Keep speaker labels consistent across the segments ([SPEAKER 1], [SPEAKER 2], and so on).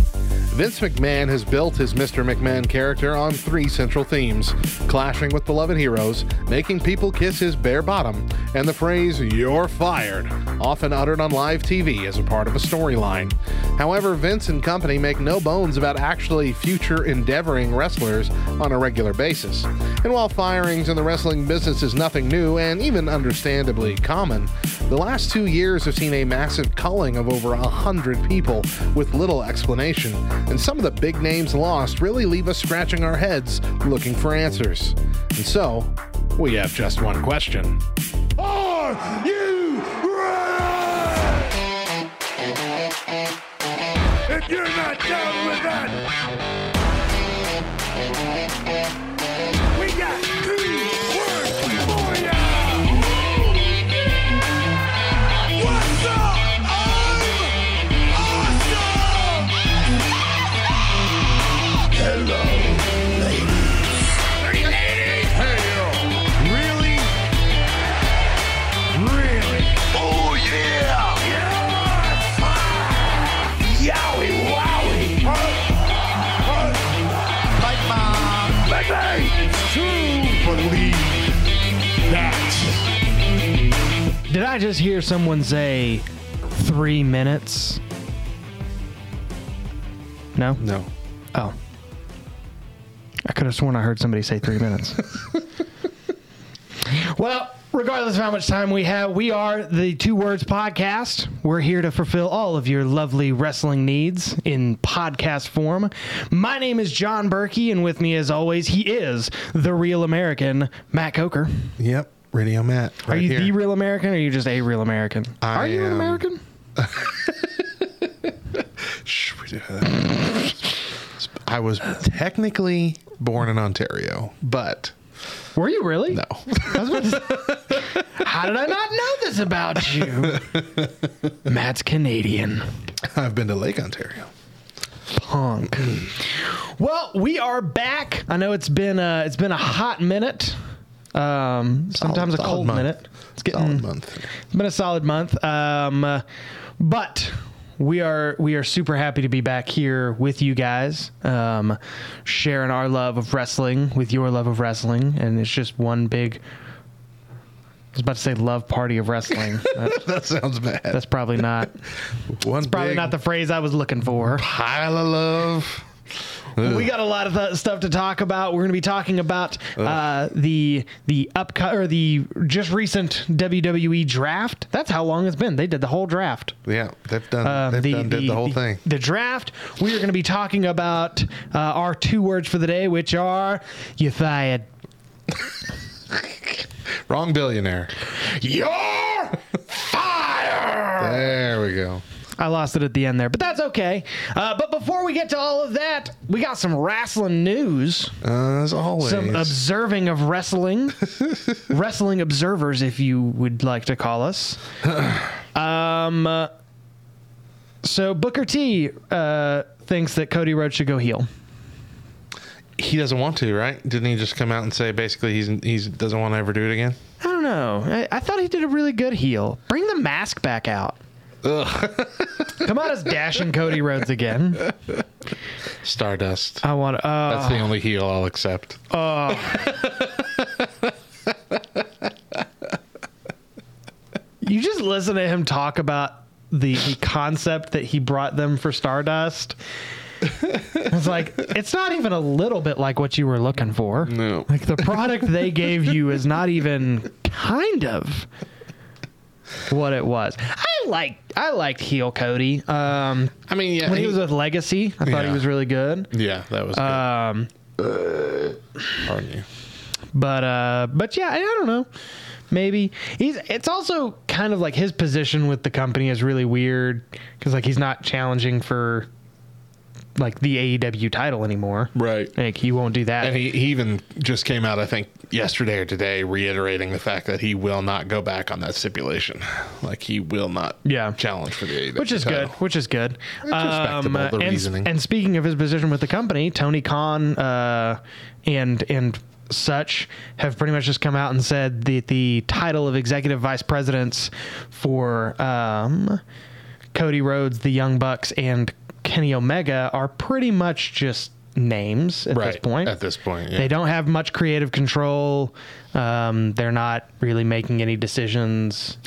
[SPEAKER 1] Vince McMahon has built his Mr. McMahon character on three central themes clashing with beloved heroes, making people kiss his bare bottom, and the phrase, you're fired, often uttered on live TV as a part of a storyline. However, Vince and company make no bones about actually future endeavoring wrestlers on a regular basis. And while firings in the wrestling business is nothing new and even understandably common, the last two years have seen a massive culling of over 100 people with little explanation, and some of the big names lost really leave us scratching our heads looking for answers. And so, we have just one question.
[SPEAKER 2] Are you ready? If you're not down with that, we got two words for you. What's up? I'm awesome. Hello, ladies. Ladies, really? Really? Oh yeah! You're fine! Yowie wowie! Like mom! Baby! It's true! Believe that!
[SPEAKER 3] Did I just hear someone say three minutes? No?
[SPEAKER 1] No.
[SPEAKER 3] Oh. I could have sworn I heard somebody say three minutes. well, regardless of how much time we have, we are the Two Words Podcast. We're here to fulfill all of your lovely wrestling needs in podcast form. My name is John Berkey, and with me, as always, he is the real American, Matt Coker.
[SPEAKER 1] Yep. Radio Matt.
[SPEAKER 3] Are
[SPEAKER 1] right
[SPEAKER 3] you
[SPEAKER 1] here.
[SPEAKER 3] the real American or are you just a real American?
[SPEAKER 1] I
[SPEAKER 3] are you an
[SPEAKER 1] am-
[SPEAKER 3] American?
[SPEAKER 1] Shh, we do that. I was technically born in Ontario, but
[SPEAKER 3] Were you really?
[SPEAKER 1] no.
[SPEAKER 3] I was about to say, How did I not know this about you? Matt's Canadian.
[SPEAKER 1] I've been to Lake Ontario.
[SPEAKER 3] Punk. Well, we are back. I know it's been uh, it's been a hot minute. Um, sometimes a
[SPEAKER 1] solid
[SPEAKER 3] cold
[SPEAKER 1] month.
[SPEAKER 3] minute. It's getting
[SPEAKER 1] Solid month.
[SPEAKER 3] It's been a solid month. Um, uh, but we are we are super happy to be back here with you guys, um, sharing our love of wrestling with your love of wrestling, and it's just one big. I was about to say love party of wrestling. That-
[SPEAKER 1] That sounds bad.
[SPEAKER 3] That's probably not
[SPEAKER 1] One
[SPEAKER 3] probably
[SPEAKER 1] big
[SPEAKER 3] not the phrase I was looking for.
[SPEAKER 1] pile of love.
[SPEAKER 3] We got a lot of th- stuff to talk about. We're going to be talking about uh, the the upco- or the just recent WWE draft. That's how long it's been. They did the whole draft.
[SPEAKER 1] Yeah, they've done.
[SPEAKER 3] Um,
[SPEAKER 1] they've done did the whole thing.
[SPEAKER 3] The draft. We are going to be talking about uh, our two words for the day, which are you fired.
[SPEAKER 1] Wrong billionaire.
[SPEAKER 2] You're fired!
[SPEAKER 1] There we go.
[SPEAKER 3] I lost it at the end there, but that's okay. Uh, but before we get to all of that, we got some wrestling news,
[SPEAKER 1] Uh, as always,
[SPEAKER 3] some observing of wrestling, wrestling observers, if you would like to call us. Um, uh, so Booker T uh, thinks that Cody Rhodes should go heel.
[SPEAKER 1] he doesn't want to, right? Didn't he just come out and say basically he's he's doesn't want to ever do it again?
[SPEAKER 3] I don't know. I, I thought he did a really good heel. Bring the mask back out. Ugh. Come on, us dashing Cody Rhodes again.
[SPEAKER 1] Stardust.
[SPEAKER 3] I want to.
[SPEAKER 1] That's
[SPEAKER 3] Uh,
[SPEAKER 1] the only heel I'll accept.
[SPEAKER 3] you just listen to him talk about the, the concept that he brought them for Stardust. It's like it's not even a little bit like what you were looking for.
[SPEAKER 1] No.
[SPEAKER 3] like the product they gave you is not even kind of what it was. I like I liked heel Cody. Um,
[SPEAKER 1] I mean, yeah,
[SPEAKER 3] when he was with Legacy, I thought
[SPEAKER 1] Yeah.
[SPEAKER 3] he was really good.
[SPEAKER 1] yeah, that was.
[SPEAKER 3] Um,
[SPEAKER 1] good. Pardon you.
[SPEAKER 3] but uh, but yeah, I, I don't know. Maybe he's. It's also kind of like his position with the company is really weird because like he's not challenging for like the AEW title anymore.
[SPEAKER 1] Right.
[SPEAKER 3] Like he won't do that.
[SPEAKER 1] And he, he even just came out, I think, yesterday or today, reiterating the fact that he will not go back on that stipulation. Like he will not
[SPEAKER 3] Yeah.
[SPEAKER 1] challenge for the AEW
[SPEAKER 3] which is
[SPEAKER 1] title.
[SPEAKER 3] good. Which is good. Um,
[SPEAKER 1] respectable, the
[SPEAKER 3] and,
[SPEAKER 1] reasoning.
[SPEAKER 3] and speaking of his position with the company, Tony Khan uh, and and such have pretty much just come out and said that the title of executive vice presidents for um, Cody Rhodes, the Young Bucks, and Kenny Omega are pretty much just names at this point.
[SPEAKER 4] At this point, yeah.
[SPEAKER 3] They don't have much creative control. Um, they're not really making any decisions.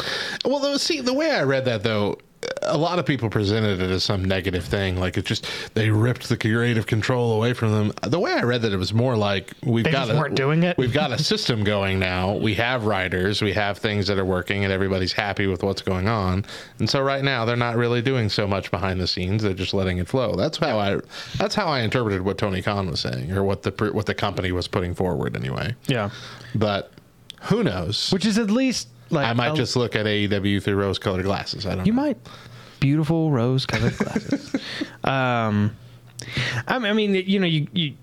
[SPEAKER 4] Well, though, see, the way I read that though, a lot of people presented it as some negative thing, like it just they ripped the creative control away from them. The way I read that, it was more like we've
[SPEAKER 3] They
[SPEAKER 4] got
[SPEAKER 3] just
[SPEAKER 4] a,
[SPEAKER 3] weren't doing it?
[SPEAKER 4] We've got a system going now. We have writers, we have things that are working, and everybody's happy with what's going on. And so right now, they're not really doing so much behind the scenes. They're just letting it flow. That's how I that's how I interpreted what Tony Khan was saying, or what the pr- what the company was putting forward anyway.
[SPEAKER 3] Yeah,
[SPEAKER 4] But who knows?
[SPEAKER 3] which is at least like
[SPEAKER 4] I might
[SPEAKER 3] a-
[SPEAKER 4] just look at AEW through rose-colored glasses. I don't.
[SPEAKER 3] You
[SPEAKER 4] know.
[SPEAKER 3] might. Beautiful rose colored glasses. um, I mean, I mean, you know, you you,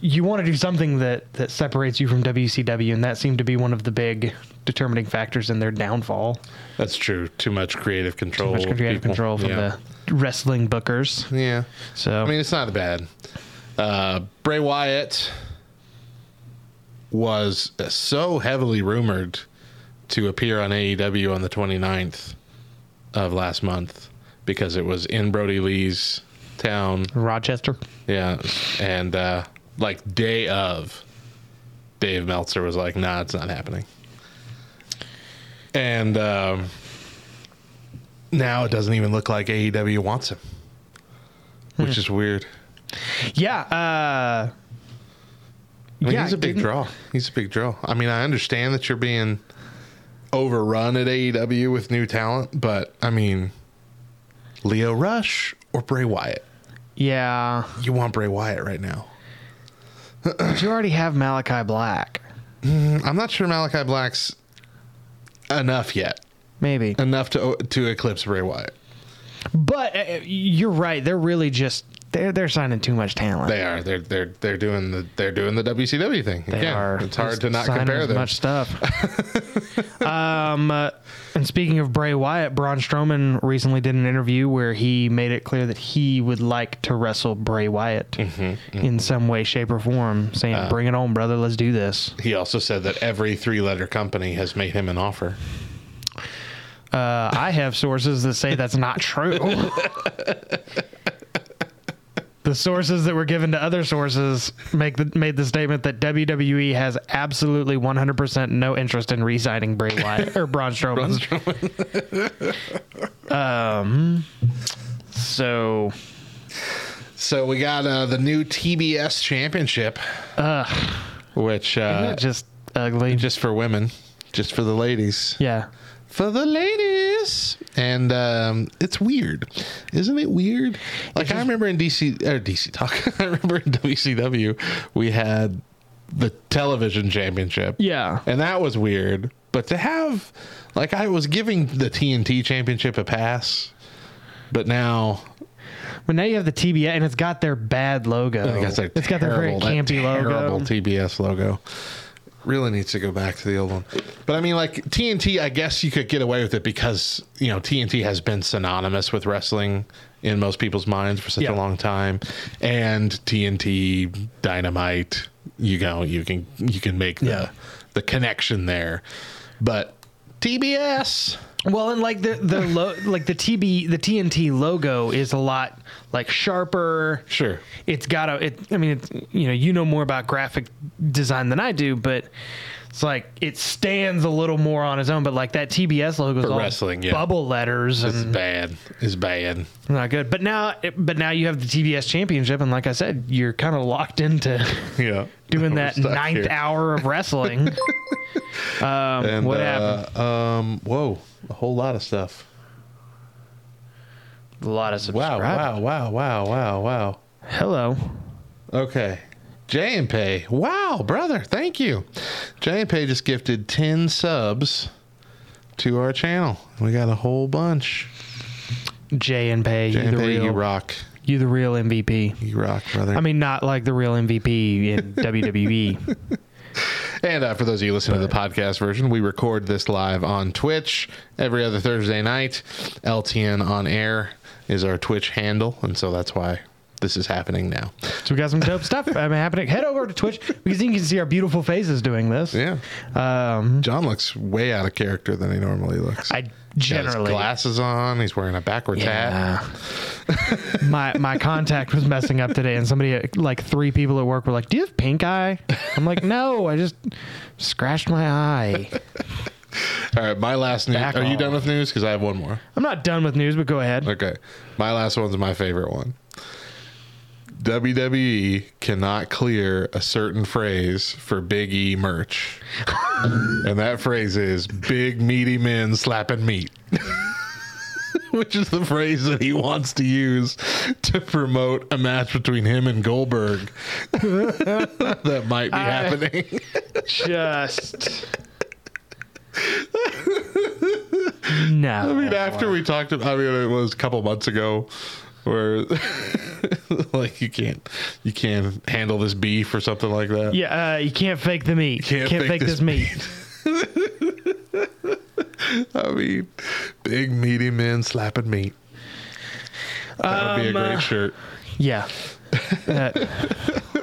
[SPEAKER 3] you want to do something that that separates you from WCW, and that seemed to be one of the big determining factors in their downfall.
[SPEAKER 4] That's true. Too much creative control.
[SPEAKER 3] Much creative
[SPEAKER 4] people.
[SPEAKER 3] control from
[SPEAKER 4] yeah.
[SPEAKER 3] the wrestling bookers.
[SPEAKER 4] Yeah.
[SPEAKER 3] So
[SPEAKER 4] I mean, it's not bad. Uh, Bray Wyatt was so heavily rumored to appear on AEW on the 29th of last month because it was in Brody Lee's town.
[SPEAKER 3] Rochester.
[SPEAKER 4] Yeah. And uh, like day of, Dave Meltzer was like, nah, it's not happening. And um, now it doesn't even look like AEW wants him,
[SPEAKER 3] Hmm.
[SPEAKER 4] which is weird.
[SPEAKER 3] Yeah. Uh,
[SPEAKER 4] I mean,
[SPEAKER 3] yeah,
[SPEAKER 4] he's a big
[SPEAKER 3] didn't-
[SPEAKER 4] draw. He's a big draw. I mean, I understand that you're being overrun at AEW with new talent, but I mean, Leo Rush or Bray Wyatt?
[SPEAKER 3] Yeah.
[SPEAKER 4] You want Bray Wyatt right now.
[SPEAKER 3] But you already have Malachi Black.
[SPEAKER 4] I'm not sure Malachi Black's enough yet.
[SPEAKER 3] Maybe.
[SPEAKER 4] Enough to to eclipse Bray Wyatt.
[SPEAKER 3] But uh, you're right. They're really just they're they're signing too much talent.
[SPEAKER 4] They are. They're they're they're doing the they're doing the WCW thing.
[SPEAKER 3] They
[SPEAKER 4] Again,
[SPEAKER 3] are.
[SPEAKER 4] It's hard
[SPEAKER 3] just
[SPEAKER 4] to not
[SPEAKER 3] signing
[SPEAKER 4] compare
[SPEAKER 3] as
[SPEAKER 4] them.
[SPEAKER 3] Much stuff. um, uh, and speaking of Bray Wyatt, Braun Strowman recently did an interview where he made it clear that he would like to wrestle Bray Wyatt
[SPEAKER 4] Mm-hmm.
[SPEAKER 3] in some way, shape, or form, saying,
[SPEAKER 4] Uh,
[SPEAKER 3] "Bring it on, brother. Let's do this."
[SPEAKER 4] He also said that every three letter company has made him an offer.
[SPEAKER 3] Uh, I have sources that say that's not true. the sources that were given to other sources make the, made the statement that WWE has absolutely 100% no interest in re-signing Bray Wyatt or Braun Strowman. um, so
[SPEAKER 4] So we got uh, the new TBS championship, which uh, just,
[SPEAKER 3] just ugly.
[SPEAKER 4] for women, just for the ladies,
[SPEAKER 3] yeah.
[SPEAKER 4] for the ladies, and um, it's weird, isn't it weird? Like I remember in DC or DC Talk, I remember in WCW we had the television championship,
[SPEAKER 3] Yeah.
[SPEAKER 4] and that was weird. But to have, like, I was giving the TNT championship a pass, but now
[SPEAKER 3] But now you have the TBA and it's got their bad logo.
[SPEAKER 4] I guess that
[SPEAKER 3] it's got their very
[SPEAKER 4] terrible- that
[SPEAKER 3] campy
[SPEAKER 4] terrible
[SPEAKER 3] logo.
[SPEAKER 4] TBS logo. Really needs to go back to the old one. But I mean, like TNT, I guess you could get away with it because you know TNT has been synonymous with wrestling in most people's minds for such
[SPEAKER 3] Yeah.
[SPEAKER 4] a long time, and TNT Dynamite. You know, you can you can make the
[SPEAKER 3] Yeah.
[SPEAKER 4] the connection there, but TBS.
[SPEAKER 3] Well, and like the the lo- like the TB the TNT logo is a lot like sharper.
[SPEAKER 4] Sure.
[SPEAKER 3] It's got a it I mean it's you know, you know more about graphic design than I do, but it's like it stands a little more on its own, but like that TBS logo is all
[SPEAKER 4] wrestling, yeah.
[SPEAKER 3] bubble letters
[SPEAKER 4] It's
[SPEAKER 3] and
[SPEAKER 4] bad. It's bad.
[SPEAKER 3] not good. But now but now you have the TBS championship and like I said, you're kind of locked into
[SPEAKER 4] Yeah.
[SPEAKER 3] doing
[SPEAKER 4] We're
[SPEAKER 3] that
[SPEAKER 4] stuck
[SPEAKER 3] ninth
[SPEAKER 4] here.
[SPEAKER 3] hour of wrestling. um
[SPEAKER 4] And,
[SPEAKER 3] what
[SPEAKER 4] uh,
[SPEAKER 3] happened?
[SPEAKER 4] Um, whoa, a whole lot of stuff.
[SPEAKER 3] A lot of
[SPEAKER 4] Wow,
[SPEAKER 3] subscribers.
[SPEAKER 4] wow, wow, wow, wow, wow.
[SPEAKER 3] Hello.
[SPEAKER 4] Okay. J and Pay. Wow, brother, thank you. J and Pay just gifted 10 subs to our channel. We got a whole bunch.
[SPEAKER 3] Jay and Pay,
[SPEAKER 4] J
[SPEAKER 3] you
[SPEAKER 4] and
[SPEAKER 3] the
[SPEAKER 4] Pay,
[SPEAKER 3] real,
[SPEAKER 4] you rock.
[SPEAKER 3] you the real MVP.
[SPEAKER 4] You rock, brother.
[SPEAKER 3] I mean, not like the real MVP in E. WWE.
[SPEAKER 4] And uh, for those of you listening to the podcast version, we record this live on Twitch every other Thursday night. LTN on air is our Twitch handle, and so that's why this is happening now.
[SPEAKER 3] So we got some dope stuff um, happening. Head over to Twitch because you can see our beautiful faces doing this.
[SPEAKER 4] Yeah,
[SPEAKER 3] Um,
[SPEAKER 4] John looks way out of character than he normally looks.
[SPEAKER 3] I
[SPEAKER 4] Got his
[SPEAKER 3] generally.
[SPEAKER 4] glasses on. He's wearing a backwards hat.
[SPEAKER 3] Yeah. my my contact was messing up today, and somebody at- like three people at work were like, "Do you have pink eye?" I'm like, "No, I just scratched my eye."
[SPEAKER 4] All right, my last news.
[SPEAKER 3] Back
[SPEAKER 4] Are you
[SPEAKER 3] off.
[SPEAKER 4] done with news? Because I have one more.
[SPEAKER 3] I'm not done with news, but go ahead.
[SPEAKER 4] Okay, my last one's my favorite one. WWE cannot clear a certain phrase for Big E merch, and that phrase is "big meaty men slapping meat." Which is the phrase that he wants to use to promote a match between him and Goldberg that might be happening.
[SPEAKER 3] Just no.
[SPEAKER 4] I mean, after we talked, I mean, it was a couple months ago, where like you can't you can't handle this beef or something like that.
[SPEAKER 3] yeah, uh, you can't fake the meat.
[SPEAKER 4] Can't
[SPEAKER 3] Can't,
[SPEAKER 4] fake
[SPEAKER 3] fake, this,
[SPEAKER 4] this
[SPEAKER 3] meat.
[SPEAKER 4] I mean, big meaty men slapping meat. That would be a
[SPEAKER 3] Um,
[SPEAKER 4] great
[SPEAKER 3] uh,
[SPEAKER 4] shirt.
[SPEAKER 3] Yeah. That-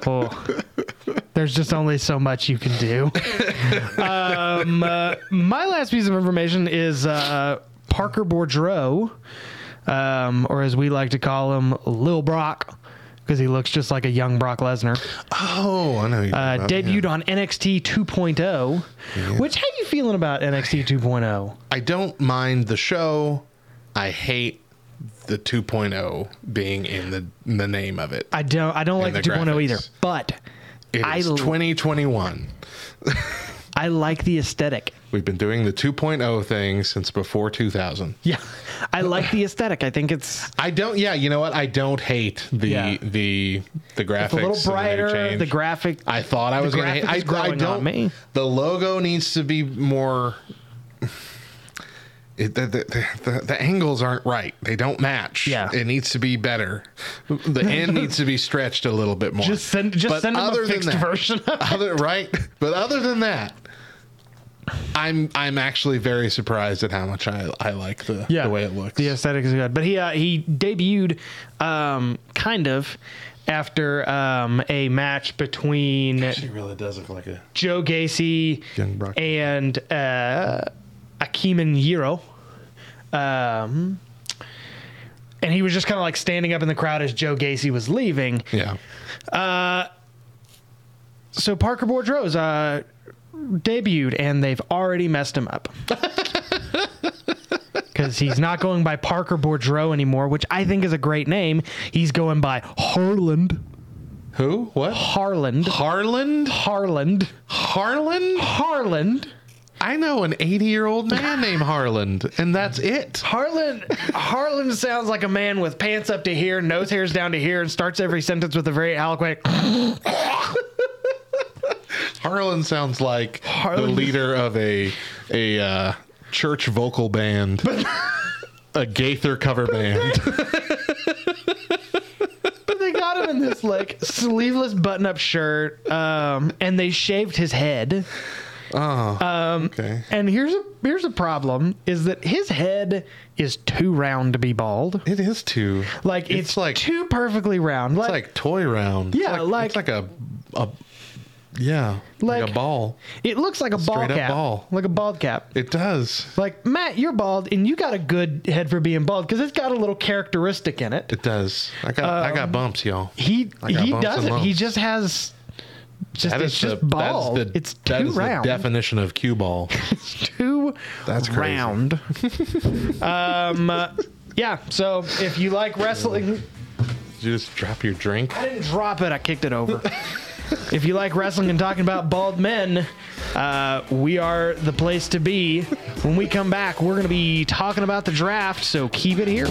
[SPEAKER 3] oh. There's just only so much you can do. um, uh, my last piece of information is uh, Parker Boudreaux, um, or as we like to call him, Lil Brock, because he looks just like a young Brock Lesnar.
[SPEAKER 4] Oh, I know. You
[SPEAKER 3] Uh, debuted on NXT 2.0, oh. which how you feeling about NXT 2.0?
[SPEAKER 4] I don't mind the show. I hate the 2.0 being in the in the name of it.
[SPEAKER 3] I don't I don't like
[SPEAKER 4] the
[SPEAKER 3] the 2.0 either,
[SPEAKER 4] graphics.
[SPEAKER 3] but
[SPEAKER 4] It
[SPEAKER 3] I
[SPEAKER 4] is
[SPEAKER 3] l-
[SPEAKER 4] 2021.
[SPEAKER 3] I like the aesthetic.
[SPEAKER 4] We've been doing the 2.0 thing since before 2000.
[SPEAKER 3] Yeah, I like the aesthetic. I think it's
[SPEAKER 4] I don't. Yeah, you know what? I don't hate the
[SPEAKER 3] Yeah.
[SPEAKER 4] the the graphics.
[SPEAKER 3] a little
[SPEAKER 4] and the new
[SPEAKER 3] brighter.
[SPEAKER 4] change.
[SPEAKER 3] The graphic.
[SPEAKER 4] I thought I was going to hate.
[SPEAKER 3] graphic
[SPEAKER 4] I,
[SPEAKER 3] is growing
[SPEAKER 4] I
[SPEAKER 3] on
[SPEAKER 4] don't.
[SPEAKER 3] me.
[SPEAKER 4] The logo needs to be more. It, the, the, the, the angles aren't right. They don't match.
[SPEAKER 3] Yeah.
[SPEAKER 4] It needs to be better. The end needs to be stretched a little bit more.
[SPEAKER 3] just send just
[SPEAKER 4] But
[SPEAKER 3] send them
[SPEAKER 4] other
[SPEAKER 3] a
[SPEAKER 4] than
[SPEAKER 3] fixed
[SPEAKER 4] that-
[SPEAKER 3] version. Of it.
[SPEAKER 4] other right but other than that i'm i'm actually very surprised at how much i i like the, the way it looks
[SPEAKER 3] The aesthetic is good, but he uh, he debuted um, kind of after um, a match between
[SPEAKER 4] she really does look like a
[SPEAKER 3] Joe Gacy
[SPEAKER 4] Young Brock.
[SPEAKER 3] and uh, Akeem Yiro. Um, and he was just kind of like standing up in the crowd as Joe Gacy was leaving.
[SPEAKER 4] yeah
[SPEAKER 3] So Parker Boudreaux's uh, debuted, and they've already messed him up. Because he's not going by Parker Boudreaux anymore, which I think is a great name. He's going by Harland.
[SPEAKER 4] who what
[SPEAKER 3] Harland.
[SPEAKER 4] harland
[SPEAKER 3] Harland.
[SPEAKER 4] harland
[SPEAKER 3] Harland.
[SPEAKER 4] i know an 80 year old man named harland and that's it
[SPEAKER 3] Harlan Harlan sounds like a man with pants up to here, nose hairs down to here, and starts every sentence with a very eloquent.
[SPEAKER 4] harland sounds like the
[SPEAKER 3] Harland.
[SPEAKER 4] leader of a a uh, church vocal band a gaither cover band
[SPEAKER 3] But they got him in this like sleeveless button-up shirt, um, and they shaved his head.
[SPEAKER 4] okay
[SPEAKER 3] And here's a here's a problem: is that his head is too round to be bald.
[SPEAKER 4] it is too
[SPEAKER 3] Like it's, like too perfectly round. Like,
[SPEAKER 4] It's like toy round.
[SPEAKER 3] Yeah,
[SPEAKER 4] it's
[SPEAKER 3] like-
[SPEAKER 4] like, it's like a, a yeah, like, a
[SPEAKER 3] Like-
[SPEAKER 4] ball.
[SPEAKER 3] it looks like a ball
[SPEAKER 4] straight up
[SPEAKER 3] cap,
[SPEAKER 4] ball.
[SPEAKER 3] like a bald cap.
[SPEAKER 4] It does.
[SPEAKER 3] Like Matt, you're bald, and you got a good head for being bald because it's got a little characteristic in it.
[SPEAKER 4] It does. I got I got bumps, y'all.
[SPEAKER 3] He
[SPEAKER 4] I got
[SPEAKER 3] he
[SPEAKER 4] bumps and
[SPEAKER 3] doesn't. He
[SPEAKER 4] lumps.
[SPEAKER 3] just has just
[SPEAKER 4] That
[SPEAKER 3] it's
[SPEAKER 4] is
[SPEAKER 3] just
[SPEAKER 4] the- that is
[SPEAKER 3] bald.
[SPEAKER 4] the-
[SPEAKER 3] it's too
[SPEAKER 4] that is the
[SPEAKER 3] round.
[SPEAKER 4] definition of cue ball.
[SPEAKER 3] it's too
[SPEAKER 4] That's crazy.
[SPEAKER 3] round. um, uh, yeah. So if you like wrestling,
[SPEAKER 4] Did you just drop your drink?
[SPEAKER 3] I didn't drop it. I kicked it over. if you like wrestling and talking about bald men, uh, we are the place to be. When we come back, we're going to be talking about the draft. So keep it here.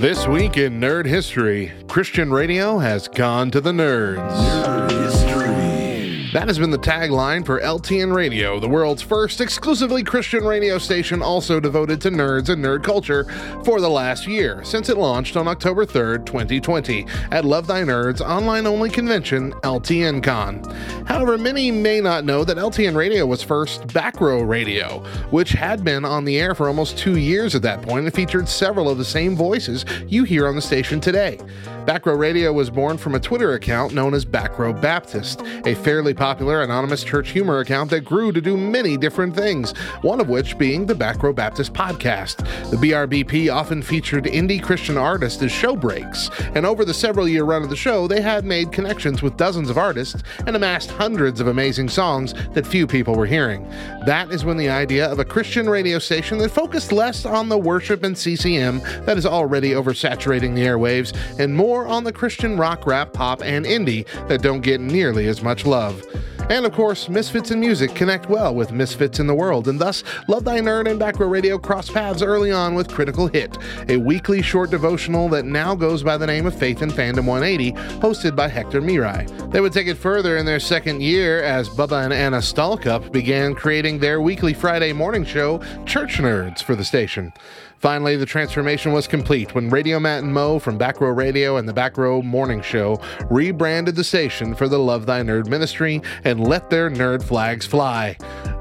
[SPEAKER 4] This week in nerd history, Christian radio has gone to the nerds.
[SPEAKER 5] History.
[SPEAKER 1] That has been the tagline for LTN Radio, the world's first exclusively Christian radio station also devoted to nerds and nerd culture for the last year, since it launched on October 3rd, 2020, at Love Thy Nerd's online only convention, LTN Con. However, many may not know that LTN Radio was first Back Row Radio, which had been on the air for almost two years at that point and featured several of the same voices you hear on the station today. Back Row Radio was born from a Twitter account known as Back Row Baptist, a fairly popular anonymous church humor account that grew to do many different things, one of which being the Back Row Baptist podcast. The BRBP often featured indie Christian artists as show breaks, and over the several year run of the show, they had made connections with dozens of artists and amassed hundreds of amazing songs that few people were hearing. That is when the idea of a Christian radio station that focused less on the worship and CCM that is already oversaturating the airwaves and more on the Christian rock, rap, pop, and indie that don't get nearly as much love. And of course, Misfits in Music connect well with Misfits in the World, and thus Love Thy Nerd and Back Row Radio cross paths early on with Critical Hit, a weekly short devotional that now goes by the name of Faith in Fandom 180, hosted by Hector Mirai. They would take it further in their second year as Bubba and Anna Stallcup began creating their weekly Friday morning show, Church Nerds, for the station. Finally, the transformation was complete when Radio Matt and Mo from Back Row Radio and the Back Row Morning Show rebranded the station for the Love Thy Nerd Ministry and let their nerd flags fly.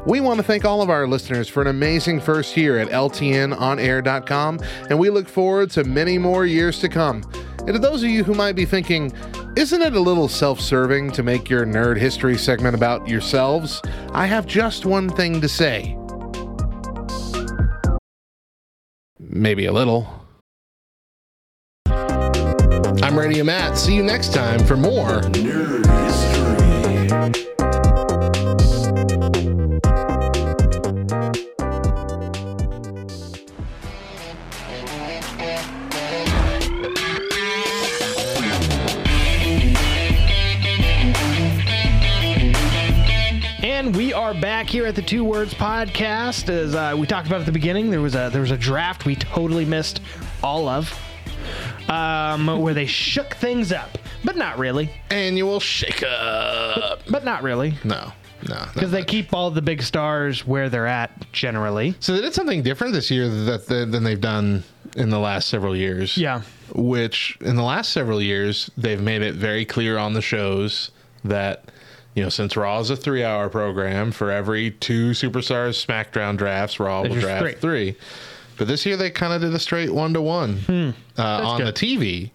[SPEAKER 1] We want to thank all of our listeners for an amazing first year at LTNOnAir.com, and we look forward to many more years to come. And to those of you who might be thinking, isn't it a little self serving to make your nerd history segment about yourselves? I have just one thing to say. Maybe a little. I'm Radio Matt. See you next time for more.
[SPEAKER 2] Nerd history.
[SPEAKER 3] And we are back here at the Two Words Podcast. As uh, we talked about at the beginning, there was a there was a draft we totally missed all of, um, where they shook things up, but not really,
[SPEAKER 1] Annual shakeup.
[SPEAKER 3] but not really,
[SPEAKER 1] No, no.
[SPEAKER 3] because they keep all the big stars where they're at generally.
[SPEAKER 1] So they did something different this year that, that than they've done in the last several years.
[SPEAKER 3] Yeah.
[SPEAKER 1] Which in the last several years they've made it very clear on the shows that you know since Raw is a three-hour program, for every two superstars SmackDown drafts, Raw will
[SPEAKER 3] just
[SPEAKER 1] draft
[SPEAKER 3] three.
[SPEAKER 1] three. But this year they kind of did a straight
[SPEAKER 3] Hmm.
[SPEAKER 1] one-to-one uh, on
[SPEAKER 3] good.
[SPEAKER 1] the TV.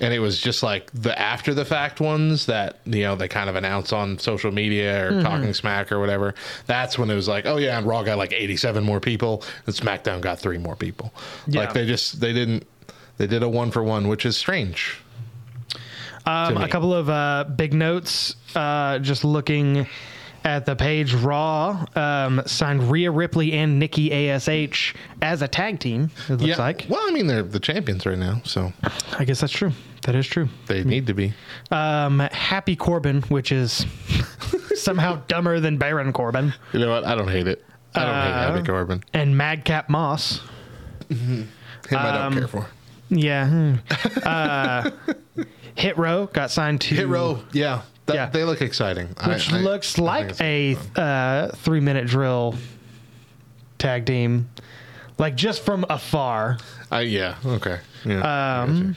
[SPEAKER 1] And it was just like the after the fact ones that you know they kind of announce on social media or
[SPEAKER 3] Mm-hmm.
[SPEAKER 1] talking smack or whatever. That's when it was like, oh yeah, and Raw got like eighty seven more people, and SmackDown got three more people.
[SPEAKER 3] Yeah.
[SPEAKER 1] Like they just they didn't they did a one for one, which is strange.
[SPEAKER 3] Um,
[SPEAKER 1] to
[SPEAKER 3] a
[SPEAKER 1] me.
[SPEAKER 3] couple of uh, big notes. Uh, just looking at the page, Raw um, signed Rhea Ripley and Nikki Ash as a tag team. It looks like.
[SPEAKER 1] Well, I mean they're the champions right now, so
[SPEAKER 3] I guess that's true. That is true.
[SPEAKER 1] they need to be.
[SPEAKER 3] Um, Happy Corbin, which is somehow dumber than Baron Corbin,
[SPEAKER 1] You know what? I don't hate it. I don't
[SPEAKER 3] Uh,
[SPEAKER 1] hate Happy Corbin.
[SPEAKER 3] and Madcap Moss.
[SPEAKER 1] Him I don't care for.
[SPEAKER 3] Yeah. hmm. Uh, Hit Row got signed to
[SPEAKER 1] Hit row, yeah. That,
[SPEAKER 3] yeah.
[SPEAKER 1] They look exciting.
[SPEAKER 3] which looks like
[SPEAKER 1] a.
[SPEAKER 3] a uh, three minute drill tag team, like just from afar.
[SPEAKER 1] I yeah, okay. Yeah.
[SPEAKER 3] Um,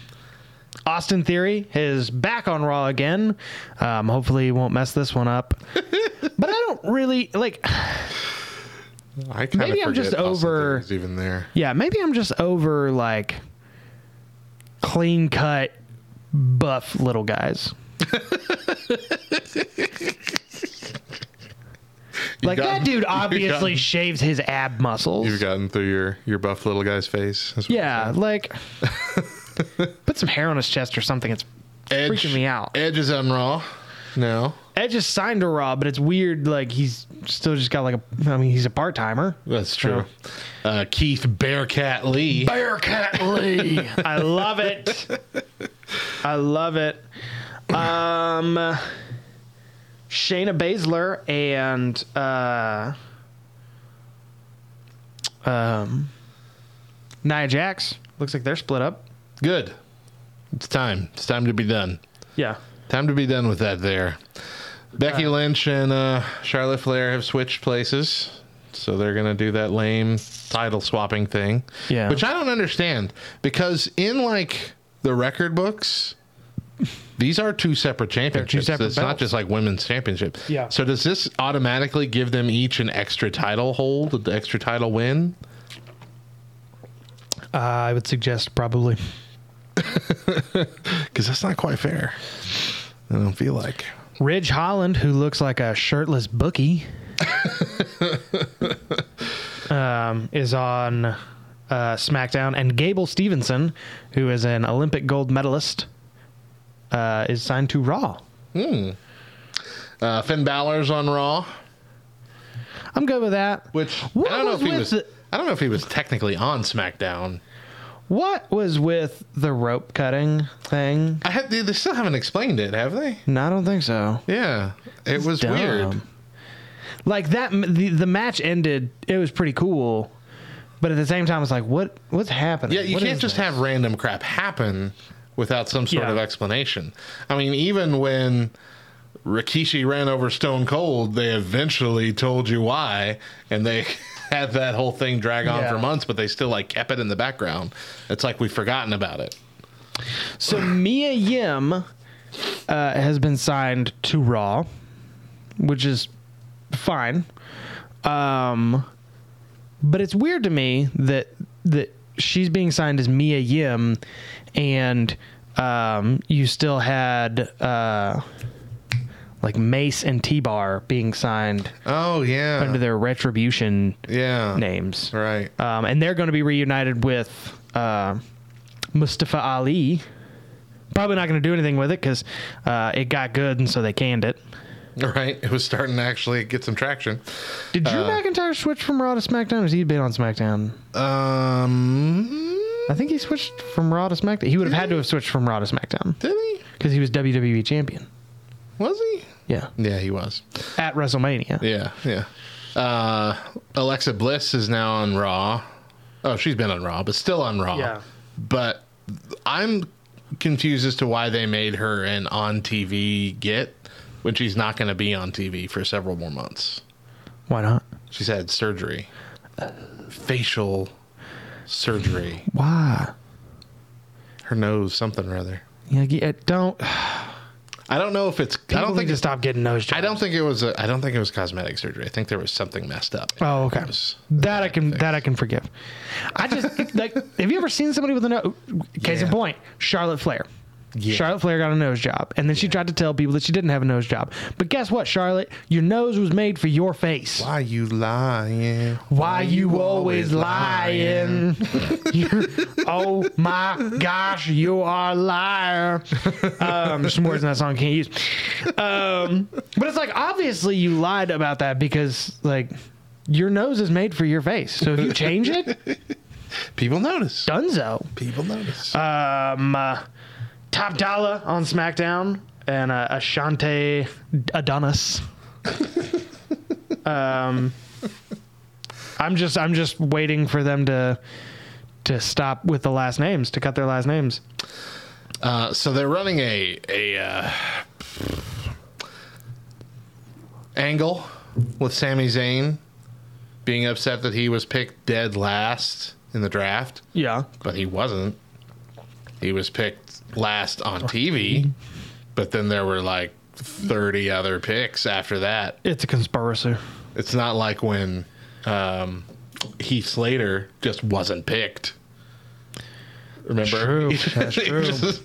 [SPEAKER 3] Austin Theory is back on Raw again. Um, hopefully, he won't mess this one up. but I don't really like.
[SPEAKER 1] I kinda
[SPEAKER 3] maybe I'm
[SPEAKER 1] forget
[SPEAKER 3] just
[SPEAKER 1] Austin
[SPEAKER 3] over-
[SPEAKER 1] Theory's even there.
[SPEAKER 3] Yeah, maybe I'm just over like clean cut buff little guys. like
[SPEAKER 1] got-
[SPEAKER 3] that dude
[SPEAKER 1] you've
[SPEAKER 3] obviously
[SPEAKER 1] got-
[SPEAKER 3] shaves his ab muscles.
[SPEAKER 1] You've gotten through your your buff little guy's face. That's what
[SPEAKER 3] yeah, like put some hair on his chest or something. It's
[SPEAKER 1] Edge,
[SPEAKER 3] freaking me out.
[SPEAKER 1] Edge is on Raw. No,
[SPEAKER 3] Edge is signed to Raw, but it's weird. Like he's still just got like a. I mean, he's a part timer.
[SPEAKER 1] that's true.
[SPEAKER 3] Oh.
[SPEAKER 1] Uh, Keith Bearcat Lee.
[SPEAKER 3] Bearcat Lee. I love it. I love it. Um, Shayna Baszler and uh, um, Nia Jax. Looks like they're split up.
[SPEAKER 1] Good. It's time. It's time to be done.
[SPEAKER 3] Yeah.
[SPEAKER 1] Time to be done with that there.
[SPEAKER 4] Becky Lynch and uh, Charlotte Flair have switched places, so they're gonna do that lame title swapping thing.
[SPEAKER 3] Yeah.
[SPEAKER 4] which I don't understand because in like the record books, these are two separate championships.
[SPEAKER 3] separate
[SPEAKER 4] it's not
[SPEAKER 3] belts.
[SPEAKER 4] just like women's championship.
[SPEAKER 3] Yeah.
[SPEAKER 4] So does this automatically give them each an extra title hold, an extra title win?
[SPEAKER 3] Uh, I would suggest probably.
[SPEAKER 4] Because that's not quite fair. I don't feel like.
[SPEAKER 3] Ridge Holland, who looks like a shirtless bookie, um, is on uh, SmackDown, and Gable Stevenson, who is an Olympic gold medalist, uh, is signed to Raw.
[SPEAKER 4] Uh, Finn Balor's on Raw,
[SPEAKER 3] I'm good with that.
[SPEAKER 4] which
[SPEAKER 3] What
[SPEAKER 4] I don't know
[SPEAKER 3] was
[SPEAKER 4] if he
[SPEAKER 3] with
[SPEAKER 4] was.
[SPEAKER 3] the-
[SPEAKER 4] I don't know if he was technically on SmackDown.
[SPEAKER 3] What was with the rope cutting thing?
[SPEAKER 4] I have, they they still haven't explained it, have they?
[SPEAKER 3] No, I don't think so.
[SPEAKER 4] Yeah, it was weird.
[SPEAKER 3] Dumb. Like that, the, the match ended. It was pretty cool, but at the same time, it's like, what what's happening?
[SPEAKER 4] Yeah, you
[SPEAKER 3] What
[SPEAKER 4] can't
[SPEAKER 3] is
[SPEAKER 4] just
[SPEAKER 3] this?
[SPEAKER 4] have random crap happen without some sort
[SPEAKER 3] Yeah.
[SPEAKER 4] of explanation. I mean, even when Rikishi ran over Stone Cold, they eventually told you why, and they had that whole thing drag on
[SPEAKER 3] Yeah.
[SPEAKER 4] for months, but they still like kept it in the background. It's like we've forgotten about it.
[SPEAKER 3] So Mia Yim uh, has been signed to Raw, which is fine. Um, but it's weird to me that that she's being signed as Mia Yim, and um, you still had uh, like Mace and T Bar being signed
[SPEAKER 4] Oh yeah,
[SPEAKER 3] under their Retribution
[SPEAKER 4] yeah,
[SPEAKER 3] names,
[SPEAKER 4] right.
[SPEAKER 3] um, and they're going to be reunited with uh, Mustafa Ali. Probably not going to do anything with it because uh, it got good, and so they canned it.
[SPEAKER 4] Right, it was starting to actually get some traction.
[SPEAKER 3] Did Drew McIntyre switch from Raw to SmackDown? Or has he been on SmackDown?
[SPEAKER 4] Um,
[SPEAKER 3] I think he switched from Raw to SmackDown. He would have had to have switched from Raw to SmackDown
[SPEAKER 4] did he?
[SPEAKER 3] because he was WWE champion.
[SPEAKER 4] Was he?
[SPEAKER 3] Yeah,
[SPEAKER 4] Yeah, he was.
[SPEAKER 3] at WrestleMania.
[SPEAKER 4] Yeah, yeah. Uh, Alexa Bliss is now on Raw. Oh, she's been on Raw, but still on Raw.
[SPEAKER 3] Yeah.
[SPEAKER 4] But I'm confused as to why they made her an on TV get when she's not going to be on TV for several more months.
[SPEAKER 3] Why not?
[SPEAKER 4] She's had surgery, facial surgery.
[SPEAKER 3] Why?
[SPEAKER 4] Her nose, something or other.
[SPEAKER 3] Yeah, yeah, don't.
[SPEAKER 4] I don't know if it's. I
[SPEAKER 3] People
[SPEAKER 4] don't
[SPEAKER 3] need
[SPEAKER 4] think
[SPEAKER 3] to
[SPEAKER 4] it's.
[SPEAKER 3] stop getting those jobs.
[SPEAKER 4] I don't think it was. A, I don't think it was cosmetic surgery. I think there was something messed up.
[SPEAKER 3] Oh, okay.
[SPEAKER 4] It was-
[SPEAKER 3] That I can that I can forgive. I just like have you ever seen somebody with a nose? Case in
[SPEAKER 4] Yeah.
[SPEAKER 3] point, Charlotte Flair.
[SPEAKER 4] Yeah.
[SPEAKER 3] Charlotte Flair got a nose job, and then she tried to tell people that she didn't have a nose job. But guess what, Charlotte? Your nose was made for your face.
[SPEAKER 4] Why you lying?
[SPEAKER 3] Why you always lying? You're- oh my gosh, you are a liar. Um, there's some words in that song I can't use. Um, but it's like obviously you lied about that because like your nose is made for your face. So if you change it,
[SPEAKER 4] People notice.
[SPEAKER 3] Dunzo.
[SPEAKER 4] People notice.
[SPEAKER 3] Um, uh, Top Dollar on SmackDown and uh, Ashante Adonis. um, I'm just I'm just waiting for them to to stop with the last names to cut their last names.
[SPEAKER 4] Uh, so they're running a a uh, angle with Sami Zayn being upset that he was picked dead last in the draft,
[SPEAKER 3] Yeah,
[SPEAKER 4] but he wasn't. He was picked last on TV, but then there were like 30 other picks after that.
[SPEAKER 3] it's a conspiracy.
[SPEAKER 4] It's not like when um, Heath Slater just wasn't picked. Remember?
[SPEAKER 3] True, that's
[SPEAKER 4] He
[SPEAKER 3] true.
[SPEAKER 4] just-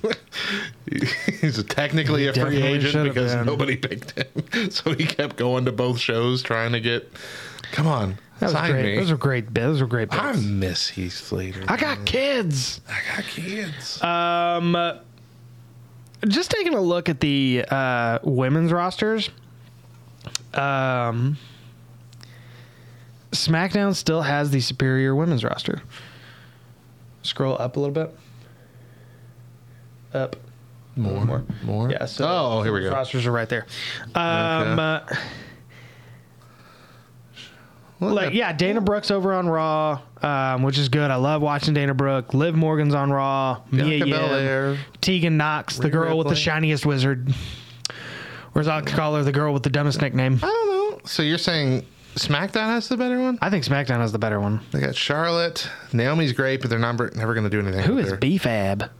[SPEAKER 4] he's a technically a free
[SPEAKER 3] definitely
[SPEAKER 4] agent
[SPEAKER 3] should've
[SPEAKER 4] because
[SPEAKER 3] been.
[SPEAKER 4] nobody picked him, so he kept going to both shows trying to get. Come on,
[SPEAKER 3] That was
[SPEAKER 4] sign
[SPEAKER 3] great.
[SPEAKER 4] me.
[SPEAKER 3] Those were great. bits. Those were great.
[SPEAKER 4] I
[SPEAKER 3] Bits.
[SPEAKER 4] miss Heath Slater.
[SPEAKER 3] I got kids.
[SPEAKER 4] I got kids.
[SPEAKER 3] Um, uh, just taking a look at the uh, women's rosters. Um, SmackDown still has the superior women's roster. Scroll up a little bit. Up.
[SPEAKER 4] more, more,
[SPEAKER 3] Yeah. So
[SPEAKER 4] oh, here we go.
[SPEAKER 3] Rosters are right there. Um, uh, like yeah, Dana Brooks over on Raw, um, which is good. I love watching Dana Brooke. Liv Morgan's on Raw. Mia
[SPEAKER 4] Bianca
[SPEAKER 3] Yim,
[SPEAKER 4] Belair.
[SPEAKER 3] Tegan Knox, the
[SPEAKER 4] Rhea
[SPEAKER 3] girl with the
[SPEAKER 4] Ripley.
[SPEAKER 3] shiniest wizard. Or as I like to call her, the girl with the dumbest nickname.
[SPEAKER 4] I don't know. So you're saying SmackDown has the better one?
[SPEAKER 3] I think SmackDown has the better one.
[SPEAKER 4] They got Charlotte. Naomi's great, but they're not, never going to do anything.
[SPEAKER 3] Who
[SPEAKER 4] with
[SPEAKER 3] is
[SPEAKER 4] her.
[SPEAKER 3] B-Fab?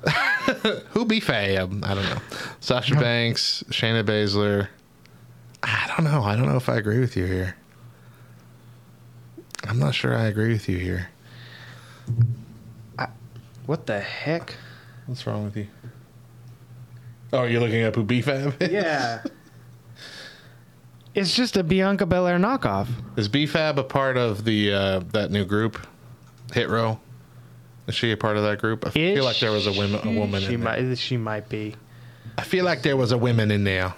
[SPEAKER 4] Who be Fab? I don't know. Sasha Banks, Shayna Baszler. I don't know. I don't know if I agree with you here. I'm not sure I agree with you here.
[SPEAKER 3] What the heck?
[SPEAKER 4] What's wrong with you? Oh, are you looking up who B Fab is?
[SPEAKER 3] Yeah. It's just a Bianca Belair knockoff.
[SPEAKER 4] Is B Fab a part of the uh, that new group, Hit Row? Is she a part of that group? I
[SPEAKER 3] Is
[SPEAKER 4] feel like there was a women a woman
[SPEAKER 3] She
[SPEAKER 4] in there.
[SPEAKER 3] might, she might be.
[SPEAKER 4] I feel like there was a woman in there.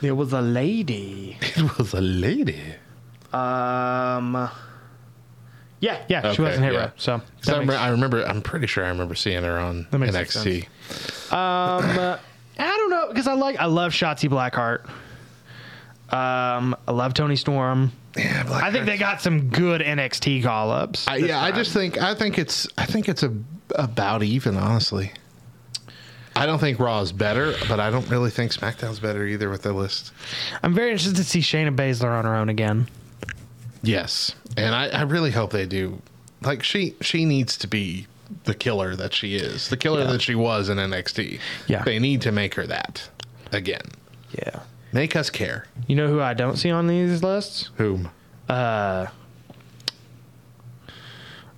[SPEAKER 3] There was a lady.
[SPEAKER 4] It was a lady.
[SPEAKER 3] Um. Yeah, yeah,
[SPEAKER 4] Okay,
[SPEAKER 3] she wasn't hit
[SPEAKER 4] yeah.
[SPEAKER 3] row, so that
[SPEAKER 4] 'Cause I,
[SPEAKER 3] makes-
[SPEAKER 4] remember, I remember. I'm pretty sure I remember seeing her on
[SPEAKER 3] That makes
[SPEAKER 4] NXT.
[SPEAKER 3] Um, uh, I don't know because I like I love Shotzi Blackheart. Um, I love Tony Storm.
[SPEAKER 4] Yeah, Black
[SPEAKER 3] I think they got some good NXT call ups.
[SPEAKER 4] I, yeah, I just think I think it's I think it's a, about even, honestly. I don't think Raw is better, but I don't really think SmackDown's better either with the list.
[SPEAKER 3] I'm very interested to see Shayna Baszler on her own again.
[SPEAKER 4] Yes, and I, I really hope they do. Like she she needs to be the killer that she is, the killer that she was in NXT.
[SPEAKER 3] Yeah.
[SPEAKER 4] they need to make her that again.
[SPEAKER 3] Yeah.
[SPEAKER 4] Make us care.
[SPEAKER 3] You know who I don't see on these lists?
[SPEAKER 4] Whom?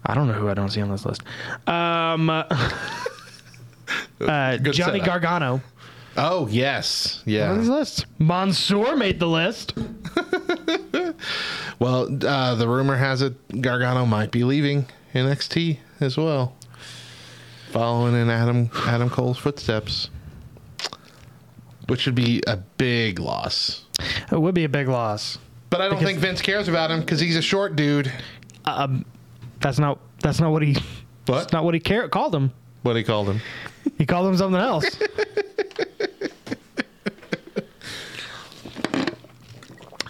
[SPEAKER 3] I don't know who I don't see on this list. Um, uh, uh,
[SPEAKER 4] Good
[SPEAKER 3] Johnny
[SPEAKER 4] setup.
[SPEAKER 3] Gargano
[SPEAKER 4] Oh yes,
[SPEAKER 3] on this
[SPEAKER 4] yeah.
[SPEAKER 3] list. Mansoor made the list.
[SPEAKER 4] Well, uh, the rumor has it Gargano might be leaving NXT as well, following in Adam Adam Cole's footsteps, which would be a big loss.
[SPEAKER 3] It would be a big loss.
[SPEAKER 4] But I don't
[SPEAKER 3] Because-
[SPEAKER 4] think Vince cares about him because he's a short dude.
[SPEAKER 3] That's not. That's not what he.
[SPEAKER 4] What?
[SPEAKER 3] That's not what he car- called him.
[SPEAKER 4] what he called him.
[SPEAKER 3] He called him something else.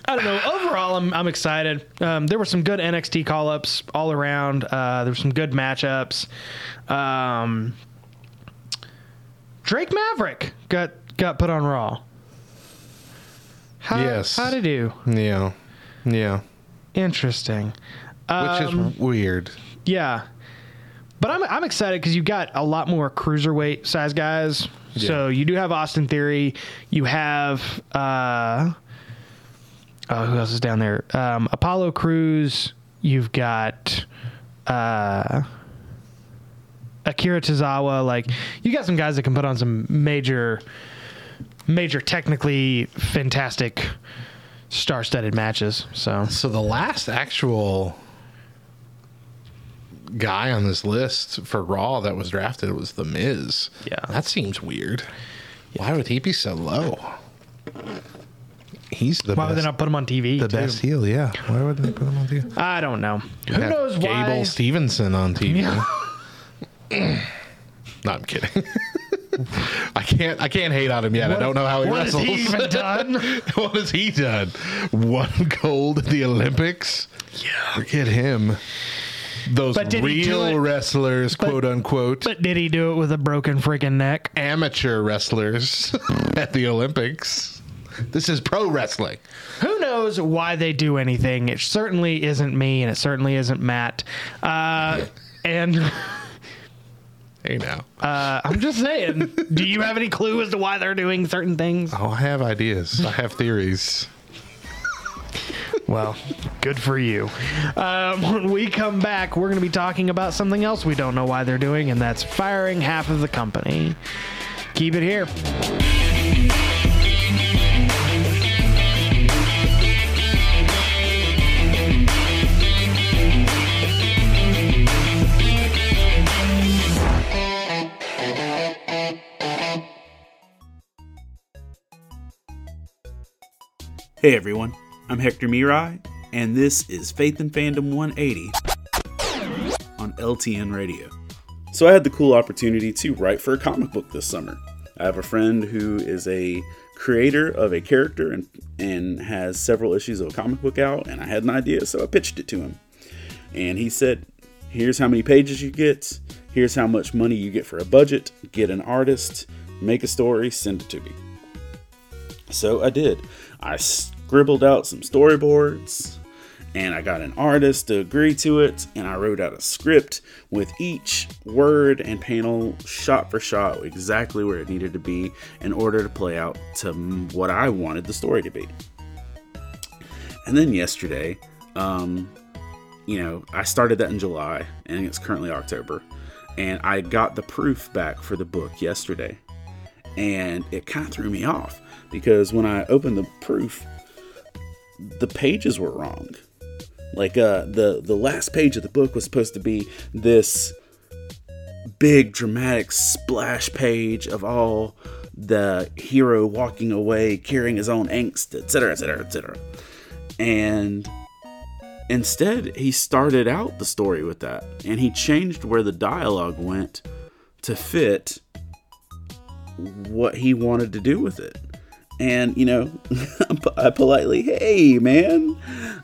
[SPEAKER 3] I don't know. Overall, I'm, I'm excited. Um, there were some good NXT call ups all around. Uh, there were some good matchups. Um, Drake Maverick got got put on Raw. How,
[SPEAKER 4] Yes.
[SPEAKER 3] How did you?
[SPEAKER 4] Yeah, yeah.
[SPEAKER 3] Interesting.
[SPEAKER 4] Which is weird.
[SPEAKER 3] Yeah. But I'm, I'm excited because you've got a lot more cruiserweight size guys. So you do have Austin Theory. You have, uh, oh, who else is down there? Um, Apollo Cruz. You've got uh, Akira Tozawa. Like, you got some guys that can put on some major, major, technically fantastic, star studded matches. So,
[SPEAKER 4] So the last actual guy on this list for Raw that was drafted was The Miz.
[SPEAKER 3] Yeah.
[SPEAKER 4] That seems weird. Why would he be so low? He's the
[SPEAKER 3] why would they
[SPEAKER 4] best.
[SPEAKER 3] not put them on TV?
[SPEAKER 4] the
[SPEAKER 3] too?
[SPEAKER 4] best heel, yeah. Why would they put him on TV?
[SPEAKER 3] I don't know. Who
[SPEAKER 4] Have
[SPEAKER 3] knows
[SPEAKER 4] Gable
[SPEAKER 3] why?
[SPEAKER 4] Stevenson on TV.
[SPEAKER 3] Yeah.
[SPEAKER 4] no, I'm kidding. I can't. I can't hate on him yet. I don't know how he
[SPEAKER 3] what has
[SPEAKER 4] wrestles.
[SPEAKER 3] he even done?
[SPEAKER 4] what has he done? One gold at the Olympics? Yeah. Look at him. Those
[SPEAKER 3] But did he do it-
[SPEAKER 4] real wrestlers, quote unquote,
[SPEAKER 3] But did he do it with a broken freaking neck?
[SPEAKER 4] amateur wrestlers at the Olympics. This is pro wrestling.
[SPEAKER 3] Who knows why they do anything? It certainly isn't me, and it certainly isn't Matt. Uh, and uh,
[SPEAKER 4] Hey now.
[SPEAKER 3] I'm just saying, do you have any clue as to why they're doing certain things?
[SPEAKER 4] oh, I have ideas. I have theories.
[SPEAKER 3] Well, good for you. Um, when we come back, we're going to be talking about something else we don't know why they're doing, and that's firing half of the company. Keep it here.
[SPEAKER 6] Hey everyone, I'm Hector Mirai, and this is Faith in Fandom 180 on LTN Radio. So I had the cool opportunity to write for a comic book this summer. I have a friend who is a creator of a character and, and has several issues of a comic book out, and I had an idea, so I pitched it to him. And he said, Here's how many pages you get, here's how much money you get for a budget, get an artist, make a story, send it to me. So I did. I scribbled out some storyboards and I got an artist to agree to it and I wrote out a script with each word and panel shot for shot exactly where it needed to be in order to play out to m- what I wanted the story to be. And then yesterday, um, you know, I started that in July and it's currently October. And I got the proof back for the book yesterday. And it kind of threw me off because when I opened the proof, the pages were wrong. Like uh the the last page of the book was supposed to be this big dramatic splash page of all the hero walking away carrying his own angst, etc., etc., etc. And Instead, he started out the story with that, and he changed where the dialogue went to fit what he wanted to do with it. And you know, I politely, hey man,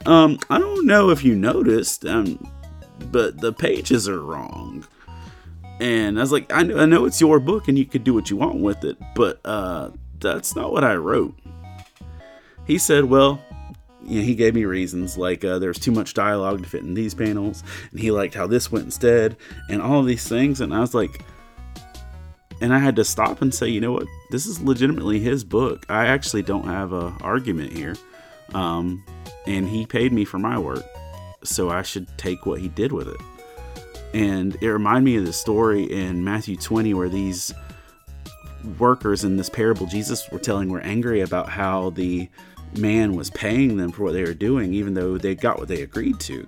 [SPEAKER 6] um, I don't know if you noticed, um, but the pages are wrong. And I was like, I know, I know it's your book, and you could do what you want with it, but uh, that's not what I wrote. He said, well, you know, he gave me reasons like uh, there's too much dialogue to fit in these panels, and he liked how this went instead, and all of these things. And I was like, and I had to stop and say, you know what, this is legitimately his book. I actually don't have a argument here, um, and he paid me for my work, so I should take what he did with it. And it reminded me of the story in Matthew 20 where these workers in this parable Jesus were telling were angry about how the man was paying them for what they were doing, even though they got what they agreed to.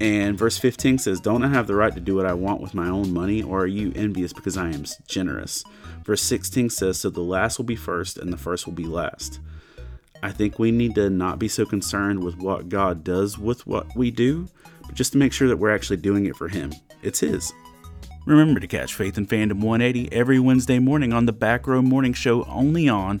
[SPEAKER 6] And verse 15 says, Don't I have the right to do what I want with my own money, or are you envious because I am generous? Verse 16 says, So the last will be first, and the first will be last. I think we need to not be so concerned with what God does with what we do, but just to make sure that we're actually doing it for Him. It's His. Remember to catch Faith and Fandom 180 every Wednesday morning on the Back Row Morning Show only on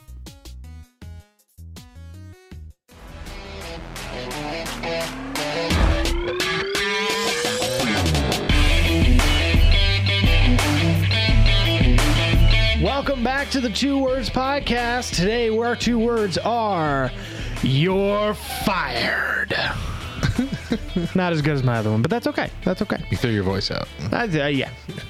[SPEAKER 3] Welcome back to the Two Words Podcast. Today, where our two words are You're fired. Not as good as my other one, but that's okay. That's okay.
[SPEAKER 4] You threw your voice out.
[SPEAKER 3] I, uh, yeah,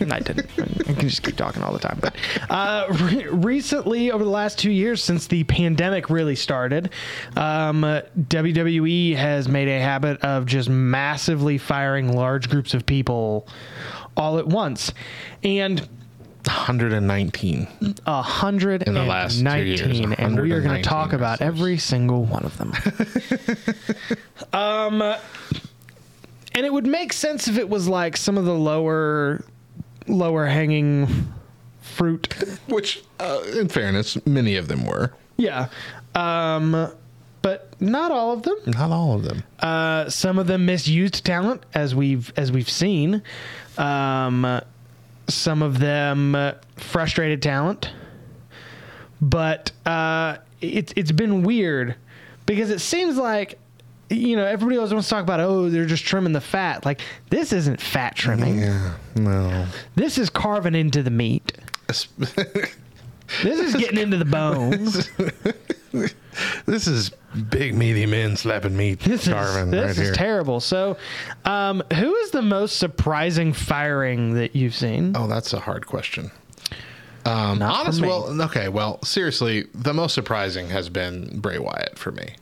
[SPEAKER 3] I didn't. I can just keep talking all the time. But uh, re- recently, over the last two years, since the pandemic really started, um, uh, WWE has made a habit of just massively firing large groups of people all at once, and
[SPEAKER 4] 119.
[SPEAKER 3] a hundred
[SPEAKER 4] the last two
[SPEAKER 3] and nineteen,
[SPEAKER 4] years,
[SPEAKER 3] and we are going
[SPEAKER 4] 119
[SPEAKER 3] to talk about
[SPEAKER 4] wrestlers.
[SPEAKER 3] every single one of them. um, uh, and it would make sense if it was like some of the lower, lower hanging fruit.
[SPEAKER 4] Which, uh, in fairness, many of them were.
[SPEAKER 3] yeah, um, but not all of them.
[SPEAKER 4] Not all of them.
[SPEAKER 3] Uh, some of them misused talent, as we've as we've seen. Um, some of them uh, frustrated talent, but uh, it's it's been weird because it seems like you know everybody always wants to talk about oh they're just trimming the fat. Like this isn't fat trimming.
[SPEAKER 4] Yeah, no.
[SPEAKER 3] This is carving into the meat. This is getting into the bones.
[SPEAKER 4] This is big meaty men slapping meat.
[SPEAKER 3] This
[SPEAKER 4] carving
[SPEAKER 3] is this
[SPEAKER 4] right
[SPEAKER 3] is
[SPEAKER 4] here.
[SPEAKER 3] terrible. So, um, who is the most surprising firing that you've seen?
[SPEAKER 4] Oh, that's a hard question.
[SPEAKER 3] Not for
[SPEAKER 4] Um, Honest,
[SPEAKER 3] me.
[SPEAKER 4] well, okay, well, seriously, the most surprising has been Bray Wyatt for me,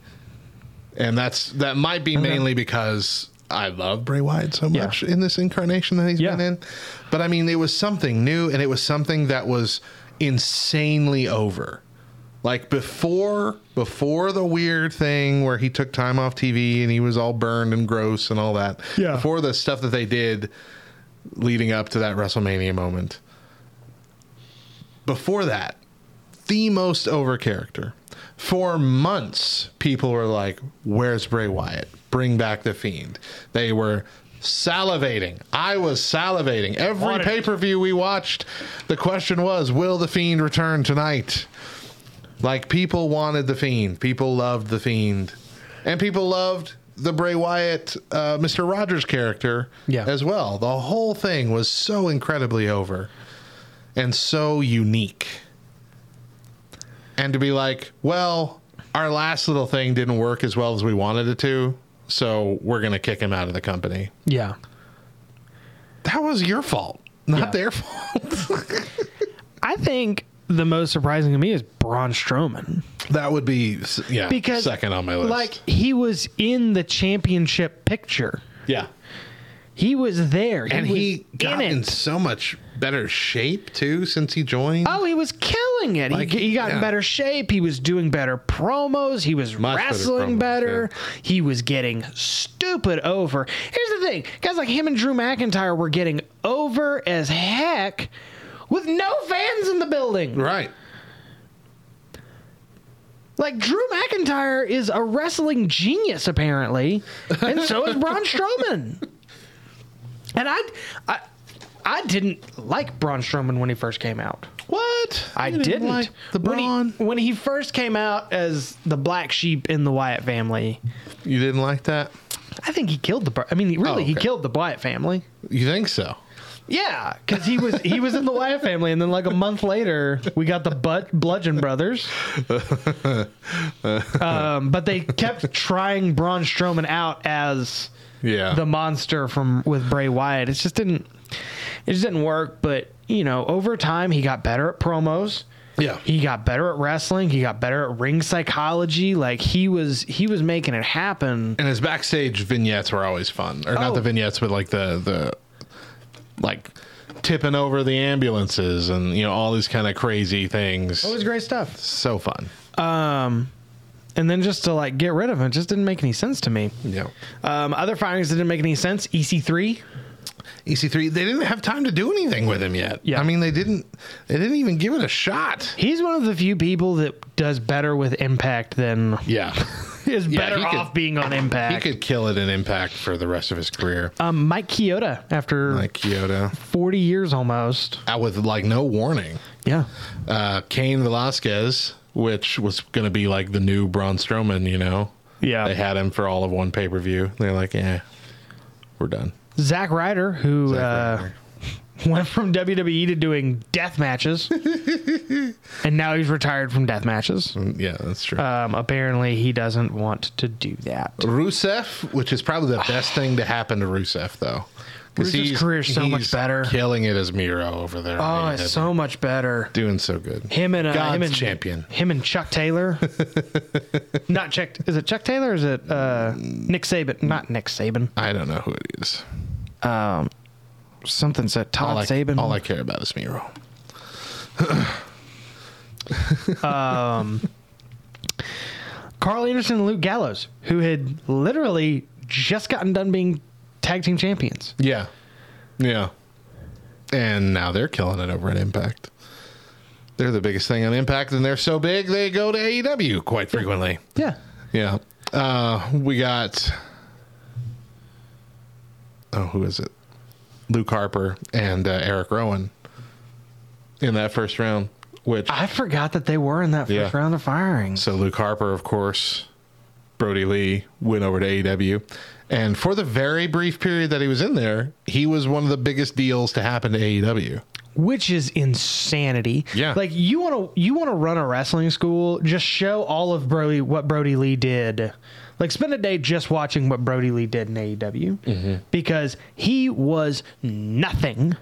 [SPEAKER 4] and that's that might be mainly because I love Bray Wyatt so
[SPEAKER 3] Yeah.
[SPEAKER 4] much in this incarnation that he's
[SPEAKER 3] Yeah.
[SPEAKER 4] been in, but I mean, it was something new, and it was something that was insanely over. Like before, before the weird thing where he took time off TV and he was all burned and gross and all that.
[SPEAKER 3] Yeah.
[SPEAKER 4] Before the stuff that they did leading up to that WrestleMania moment before that, the most over character. For months, people were like, Where's Bray Wyatt? Bring back the Fiend. They were salivating. I was salivating. Every
[SPEAKER 3] Wanted-
[SPEAKER 4] pay per view we watched, the question was, will the Fiend return tonight? Like, people wanted the Fiend. People loved the Fiend. And people loved the Bray Wyatt, uh, Mr. Rogers character
[SPEAKER 3] Yeah.
[SPEAKER 4] as well. The whole thing was so incredibly over and so unique. And to be like, well, our last little thing didn't work as well as we wanted it to, so we're going to kick him out of the company.
[SPEAKER 3] Yeah.
[SPEAKER 4] That was your fault, not
[SPEAKER 3] Yeah.
[SPEAKER 4] their fault.
[SPEAKER 3] I think the most surprising to me is Braun Strowman.
[SPEAKER 4] that would be, s- yeah,
[SPEAKER 3] Because
[SPEAKER 4] second on my list.
[SPEAKER 3] Like he was in the championship picture.
[SPEAKER 4] yeah.
[SPEAKER 3] He was there.
[SPEAKER 4] And
[SPEAKER 3] was
[SPEAKER 4] he got in, so much better shape, too, since he joined.
[SPEAKER 3] Oh, he was killing it.
[SPEAKER 4] Like,
[SPEAKER 3] he, he got
[SPEAKER 4] yeah.
[SPEAKER 3] in better shape. He was doing better promos. He was
[SPEAKER 4] Much better
[SPEAKER 3] wrestling
[SPEAKER 4] promos,
[SPEAKER 3] better. He was getting stupid over. Here's the thing guys like him and Drew McIntyre were getting over as heck with no fans in the building.
[SPEAKER 4] Right.
[SPEAKER 3] Like, Drew McIntyre is a wrestling genius, apparently, and so is Braun Strowman. And I, I, I didn't like Braun Strowman when he first came out.
[SPEAKER 4] What?
[SPEAKER 3] I
[SPEAKER 4] You
[SPEAKER 3] didn't.
[SPEAKER 4] like the
[SPEAKER 3] When he-
[SPEAKER 4] Braun.
[SPEAKER 3] When, he first came out as the black sheep in the Wyatt family,
[SPEAKER 4] you didn't like that?
[SPEAKER 3] I think he killed the. Br- I mean, really,
[SPEAKER 4] Oh,
[SPEAKER 3] he
[SPEAKER 4] okay.
[SPEAKER 3] killed the Wyatt family.
[SPEAKER 4] You think so?
[SPEAKER 3] Yeah, because he was he was in the Wyatt family, and then like a month later, we got the but- Bludgeon Brothers.
[SPEAKER 4] Oh.
[SPEAKER 3] um, but they kept trying Braun Strowman out as
[SPEAKER 4] Yeah.
[SPEAKER 3] the monster from with Bray Wyatt. It just didn't it just didn't work. But you know, over time, he got better at promos.
[SPEAKER 4] yeah.
[SPEAKER 3] he got better at wrestling he got better at ring psychology like he was he was making it happen
[SPEAKER 4] and his backstage vignettes were always fun or not
[SPEAKER 3] Oh.
[SPEAKER 4] the vignettes but like the the like tipping over the ambulances and you know all these kind of crazy things
[SPEAKER 3] it was great stuff
[SPEAKER 4] so fun
[SPEAKER 3] um and then just to like get rid of him it just didn't make any sense to me
[SPEAKER 4] yeah
[SPEAKER 3] um other firings that didn't make any sense E ec3
[SPEAKER 4] ec3 E they didn't have time to do anything with him yet
[SPEAKER 3] Yeah.
[SPEAKER 4] i mean they didn't they didn't even give it a shot
[SPEAKER 3] he's one of the few people that does better with impact than
[SPEAKER 4] yeah
[SPEAKER 3] is
[SPEAKER 4] Yeah,
[SPEAKER 3] better
[SPEAKER 4] he could-
[SPEAKER 3] off being on
[SPEAKER 4] he
[SPEAKER 3] impact
[SPEAKER 4] could kill it in impact for the rest of his career
[SPEAKER 3] um mike Chioda after
[SPEAKER 4] like kyoto
[SPEAKER 3] 40 years almost
[SPEAKER 4] out with like no warning
[SPEAKER 3] yeah
[SPEAKER 4] uh kane velasquez which was gonna be like the new braun strowman you know
[SPEAKER 3] yeah
[SPEAKER 4] They had him for all of one pay per view. They're like, yeah, we're done.
[SPEAKER 3] Zack Ryder, who
[SPEAKER 4] Ryder.
[SPEAKER 3] Uh, went from WWE to doing death matches, and now he's retired from death matches.
[SPEAKER 4] Mm, Yeah, that's true.
[SPEAKER 3] Um, apparently, he doesn't want to do that.
[SPEAKER 4] Rusev, which is probably the best thing to happen to Rusev, though. 'Cause
[SPEAKER 3] Rusev's career's so much
[SPEAKER 4] he's
[SPEAKER 3] better.
[SPEAKER 4] Killing it as Miro over there.
[SPEAKER 3] Oh,
[SPEAKER 4] I mean,
[SPEAKER 3] it's so much better.
[SPEAKER 4] doing so good.
[SPEAKER 3] Him and uh,
[SPEAKER 4] God's
[SPEAKER 3] him and
[SPEAKER 4] champion.
[SPEAKER 3] Him and Chuck Taylor. Not Chuck. Is it Chuck Taylor? Or is it uh, Nick Saban? Not Nick Saban.
[SPEAKER 4] I don't know who it is.
[SPEAKER 3] Um, something said Todd
[SPEAKER 4] All I,
[SPEAKER 3] Saban.
[SPEAKER 4] all I care about is Miro.
[SPEAKER 3] Carl Anderson and Luke Gallows, who had literally just gotten done being tag team champions.
[SPEAKER 4] Yeah, yeah. And now they're killing it over at Impact. They're the biggest thing on Impact, and they're so big they go to AEW quite frequently.
[SPEAKER 3] Yeah.
[SPEAKER 4] Yeah. Uh, we got. Oh, who is it? Luke Harper and uh, Eric Rowan in that first round. Which
[SPEAKER 3] I forgot that they were in that first
[SPEAKER 4] Yeah.
[SPEAKER 3] round of firings.
[SPEAKER 4] so Luke Harper, of course, Brody Lee went over to AEW, and for the very brief period that he was in there, he was one of the biggest deals to happen to E AEW.
[SPEAKER 3] Which is insanity.
[SPEAKER 4] Yeah.
[SPEAKER 3] Like you wanna you wanna run a wrestling school, just show all of Brody what Brody Lee did. Like spend a day just watching what Brody Lee did in AEW
[SPEAKER 4] Mm-hmm.
[SPEAKER 3] because he was nothing.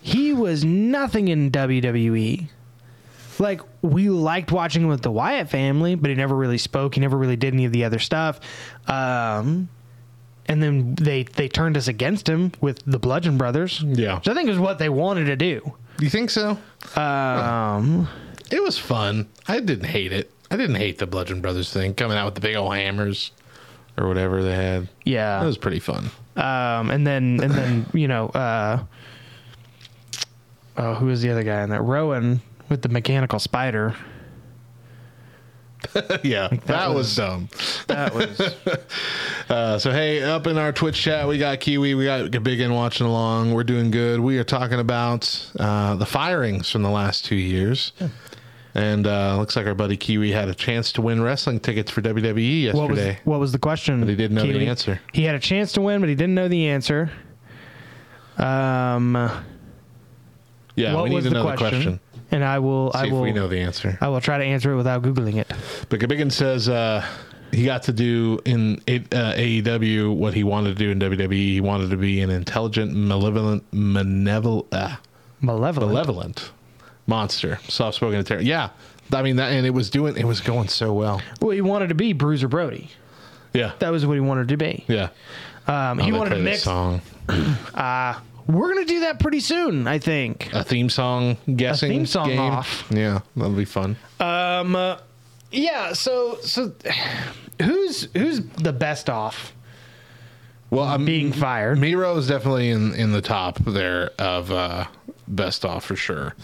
[SPEAKER 3] he was nothing in E. WWE. like we liked watching him with the Wyatt family, but he never really spoke. He never really did any of the other stuff. Um, and then they they turned us against him with the Bludgeon Brothers.
[SPEAKER 4] Yeah.
[SPEAKER 3] which I think is what they wanted to do.
[SPEAKER 4] You think so?
[SPEAKER 3] Um,
[SPEAKER 4] It was fun. I didn't hate it. I didn't hate the Bludgeon Brothers thing coming out with the big old hammers or whatever they had.
[SPEAKER 3] yeah.
[SPEAKER 4] That was pretty fun.
[SPEAKER 3] Um, and then and then you know, uh, oh, who was the other guy in that? Rowan with the mechanical spider.
[SPEAKER 4] yeah, that, was, dumb.
[SPEAKER 3] That was
[SPEAKER 4] Uh, so hey, up in our Twitch chat, we got Kiwi, we got Big N watching along. We're doing good. We are talking about uh, the firings from the last two years. And uh, looks like our buddy Kiwi had a chance to win wrestling tickets for WWE yesterday.
[SPEAKER 3] what was what was the question? But
[SPEAKER 4] he didn't know the answer.
[SPEAKER 3] He had a chance to win, but he didn't know the answer. Um,
[SPEAKER 4] yeah,
[SPEAKER 3] what
[SPEAKER 4] we need
[SPEAKER 3] was
[SPEAKER 4] to
[SPEAKER 3] the
[SPEAKER 4] know
[SPEAKER 3] question?
[SPEAKER 4] the question.
[SPEAKER 3] And I will,
[SPEAKER 4] See
[SPEAKER 3] I
[SPEAKER 4] if
[SPEAKER 3] will,
[SPEAKER 4] we know the answer.
[SPEAKER 3] I will try to answer it without googling it.
[SPEAKER 4] But Gabigan says uh, he got to do in A- uh, AEW what he wanted to do in WWE. He wanted to be an intelligent, malevolent, manevol- uh,
[SPEAKER 3] Malevolent.
[SPEAKER 4] malevolent monster, soft spoken and terrible. Yeah, I mean that, and it was doing, it was going so well.
[SPEAKER 3] Well, he wanted to be Bruiser Brody.
[SPEAKER 4] Yeah,
[SPEAKER 3] That was what he wanted to be.
[SPEAKER 4] yeah.
[SPEAKER 3] Um,
[SPEAKER 4] Oh,
[SPEAKER 3] he
[SPEAKER 4] they
[SPEAKER 3] wanted to
[SPEAKER 4] play this
[SPEAKER 3] mix.
[SPEAKER 4] song,
[SPEAKER 3] We're gonna do that pretty soon, I think.
[SPEAKER 4] a theme song guessing
[SPEAKER 3] theme song
[SPEAKER 4] game.
[SPEAKER 3] off.
[SPEAKER 4] Yeah, that'll be fun.
[SPEAKER 3] Um, uh, yeah. So, so who's who's the best off
[SPEAKER 4] Well, I'm
[SPEAKER 3] being fired?
[SPEAKER 4] Miro is definitely in in the top there of uh best off for sure.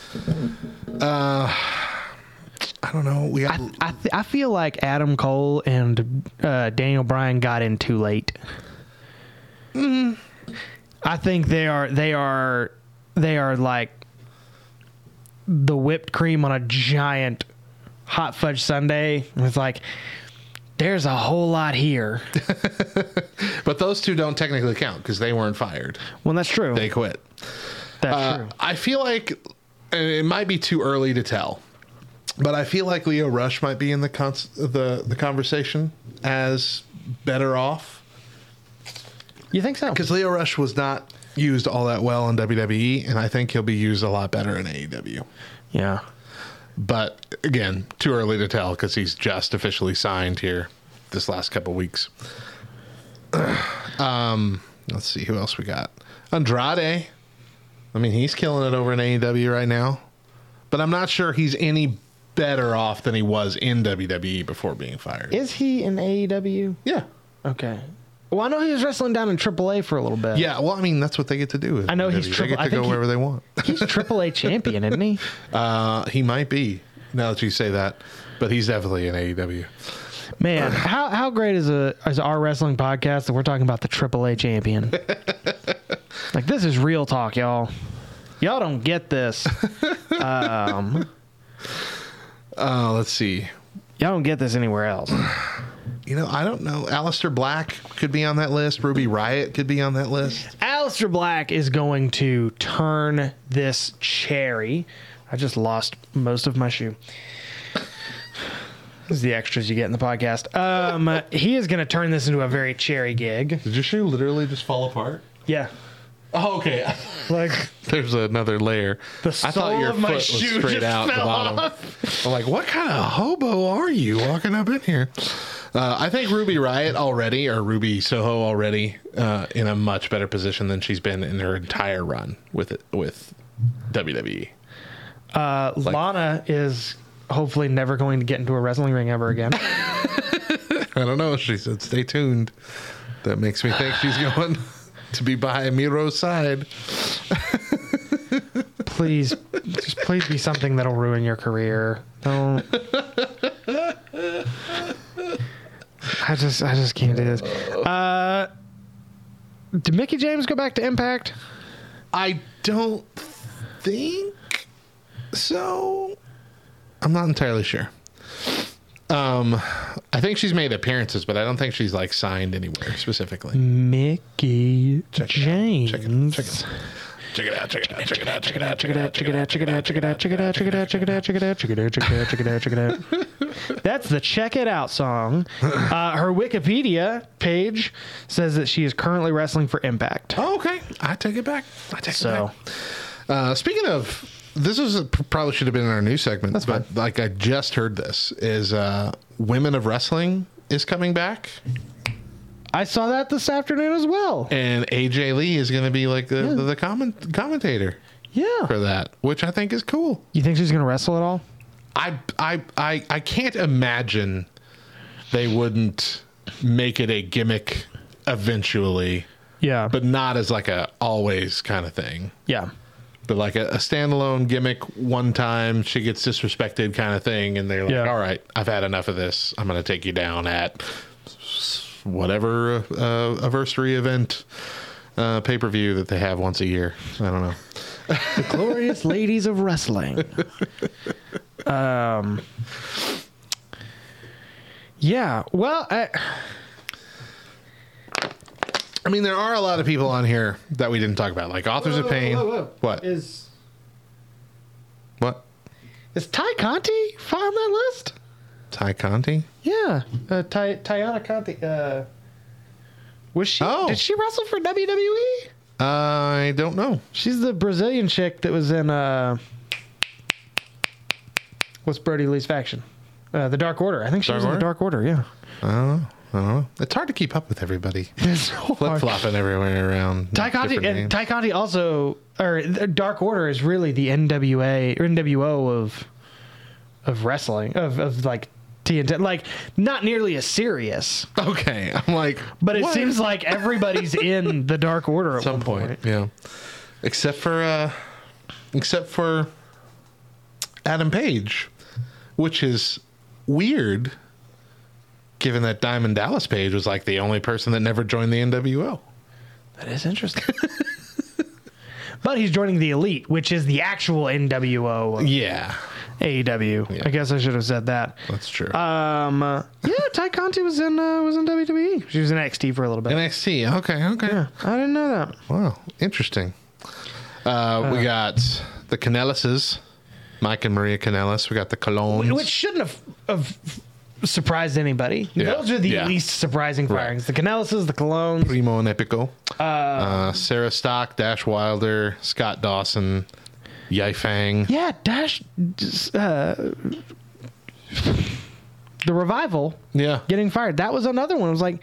[SPEAKER 4] Uh I don't know. We got
[SPEAKER 3] I, th- I feel like Adam Cole and uh, Daniel Bryan got in too late. Mm. I think they are they are they are like the whipped cream on a giant hot fudge sundae. It's like there's a whole lot here.
[SPEAKER 4] but those two don't technically count cuz they weren't fired.
[SPEAKER 3] Well, that's true.
[SPEAKER 4] They quit.
[SPEAKER 3] that's
[SPEAKER 4] Uh,
[SPEAKER 3] true.
[SPEAKER 4] I feel like and it might be too early to tell. But I feel like Leo Rush might be in the cons- the the conversation as better off
[SPEAKER 3] You think so?
[SPEAKER 4] cuz Leo Rush was not used all that well in WWE and I think he'll be used a E lot better in AEW.
[SPEAKER 3] Yeah.
[SPEAKER 4] but again, too early to tell because he's just officially signed here this last couple weeks. um, let's see who else we got. Andrade. I mean, he's killing it over in AEW right now, but I'm not sure he's any better off than he was in WWE before being fired.
[SPEAKER 3] Is he in AEW?
[SPEAKER 4] yeah,
[SPEAKER 3] Okay. Well, I know he was wrestling down in AAA for a little bit.
[SPEAKER 4] yeah. Well, I mean, that's what they get to do. with
[SPEAKER 3] I know he's
[SPEAKER 4] AEW. They
[SPEAKER 3] triple-
[SPEAKER 4] get
[SPEAKER 3] I
[SPEAKER 4] to
[SPEAKER 3] think
[SPEAKER 4] go
[SPEAKER 3] he-
[SPEAKER 4] wherever they want.
[SPEAKER 3] He's AAA champion, isn't he?
[SPEAKER 4] Uh, he might be now that you say that, but he's definitely in E AEW.
[SPEAKER 3] Man, how, how great is a is our wrestling podcast that we're talking about the AAA champion? like this is real talk, y'all. Y'all don't get this. Um,
[SPEAKER 4] Uh, let's see.
[SPEAKER 3] y'all don't get this anywhere else.
[SPEAKER 4] You know, I don't know. Alistair Black could be on that list. Ruby Riot could be on that list.
[SPEAKER 3] Alistair Black is going to turn this cherry. I just lost most of my shoe. This is the extras you get in the podcast. Um, he is going to turn this into a very cherry gig.
[SPEAKER 4] Did your shoe literally just fall apart?
[SPEAKER 3] Yeah,
[SPEAKER 4] Oh, okay.
[SPEAKER 3] like
[SPEAKER 4] There's another layer.
[SPEAKER 3] The sole of my shoe just fell
[SPEAKER 4] I'm like, what kind of hobo are you walking up in here? Uh, I think Ruby Riot already, or Ruby Soho already, uh, in a much better position than she's been in her entire run with it, with E. WWE.
[SPEAKER 3] Uh, Lana is hopefully never going to get into a wrestling ring ever again.
[SPEAKER 4] I don't know. She said, "Stay tuned." That makes me think she's going to be by Miro's side.
[SPEAKER 3] please, just please be something that'll ruin your career. Don't. I just, I just can't do this. Uh, did Mickey James go back to Impact?
[SPEAKER 4] I don't think so. I'm not entirely sure. Um, I think she's made appearances, but I don't think she's like signed anywhere specifically.
[SPEAKER 3] Mickey James.
[SPEAKER 4] Check it, check it, check it out, check it out, check it out, check it out, check it out, check it out, check it out, check it out, check it out, check it out, check it out, check it out, check it out, check it out, check it out, check it out.
[SPEAKER 3] That's the check it out song. Uh, her Wikipedia page says that she is currently wrestling for Impact.
[SPEAKER 4] Oh, okay, I take it back. I take it
[SPEAKER 3] So
[SPEAKER 4] back. Uh, speaking of, this is probably should have been in our news segment. That's but like I just heard this is uh, women of wrestling is coming back,
[SPEAKER 3] I saw that this afternoon as well.
[SPEAKER 4] and AJ Lee is going to be like the the, the comment, commentator for
[SPEAKER 3] Yeah.
[SPEAKER 4] that, which I think is cool.
[SPEAKER 3] You think she's gonna wrestle at all?
[SPEAKER 4] I I I, I can't imagine they wouldn't make it a gimmick eventually,
[SPEAKER 3] Yeah.
[SPEAKER 4] but not as like a always kind of thing.
[SPEAKER 3] yeah.
[SPEAKER 4] But like a, a standalone gimmick, one time she gets disrespected kind of thing, and they're like,
[SPEAKER 3] Yeah.
[SPEAKER 4] "All right, I've had enough of this. I'm going to take you down at whatever uh, anniversary event." Uh, pay per view that they have once a year. I don't know.
[SPEAKER 3] glorious ladies of wrestling. Um, yeah. Well, I,
[SPEAKER 4] I mean, there are a lot of people on here that we didn't talk about, like authors of pain. What?
[SPEAKER 3] is
[SPEAKER 4] what?
[SPEAKER 3] is Ty Conti fi- on that list?
[SPEAKER 4] Ty Conti?
[SPEAKER 3] Yeah, uh, Ty Tiana Conti. Uh, was she?
[SPEAKER 4] Oh.
[SPEAKER 3] Did she wrestle for E? WWE?
[SPEAKER 4] I don't know.
[SPEAKER 3] She's the Brazilian chick that was in uh, what's Brody Lee's faction? Uh, the Dark Order. I think she
[SPEAKER 4] Dark
[SPEAKER 3] was in the
[SPEAKER 4] Order?
[SPEAKER 3] Dark Order. Yeah.
[SPEAKER 4] I don't know. I don't know. It's hard to keep up with everybody. Flip flopping everywhere around.
[SPEAKER 3] Ty Conti
[SPEAKER 4] different
[SPEAKER 3] and
[SPEAKER 4] names.
[SPEAKER 3] Ty Conti also, or the Dark Order is really the NWA or NWO of of wrestling of of like TNT, like not nearly as serious,
[SPEAKER 4] okay, I'm like,
[SPEAKER 3] but it
[SPEAKER 4] what?
[SPEAKER 3] seems like everybody's in the Dark Order at
[SPEAKER 4] some
[SPEAKER 3] one
[SPEAKER 4] point, yeah. Except for, uh except for Adam Page, which is weird, given that Diamond Dallas Page was like the only person that never joined the NWO.
[SPEAKER 3] That is interesting. but he's joining the Elite, which is the actual NWO of
[SPEAKER 4] Yeah,
[SPEAKER 3] AEW. I guess I should have said that.
[SPEAKER 4] that's true.
[SPEAKER 3] Um, uh, yeah, Ty Conti was in uh, was in WWE. She was in NXT for a little bit.
[SPEAKER 4] NXT. Okay, okay.
[SPEAKER 3] I didn't know that.
[SPEAKER 4] Wow, interesting. Uh, we got the Canellises, Mike and Maria Canellis. We got the Colones.
[SPEAKER 3] which shouldn't have, have surprised anybody.
[SPEAKER 4] Yeah.
[SPEAKER 3] Those are the
[SPEAKER 4] Yeah.
[SPEAKER 3] least surprising
[SPEAKER 4] Right.
[SPEAKER 3] firings. The Canellises, the Colognes.
[SPEAKER 4] Primo and Epico. Uh, Sarah Stock, Dash Wilder, Scott Dawson, Yifang.
[SPEAKER 3] Yeah, Dash. Uh, the revival
[SPEAKER 4] Yeah.
[SPEAKER 3] getting fired. That was another one. I was like,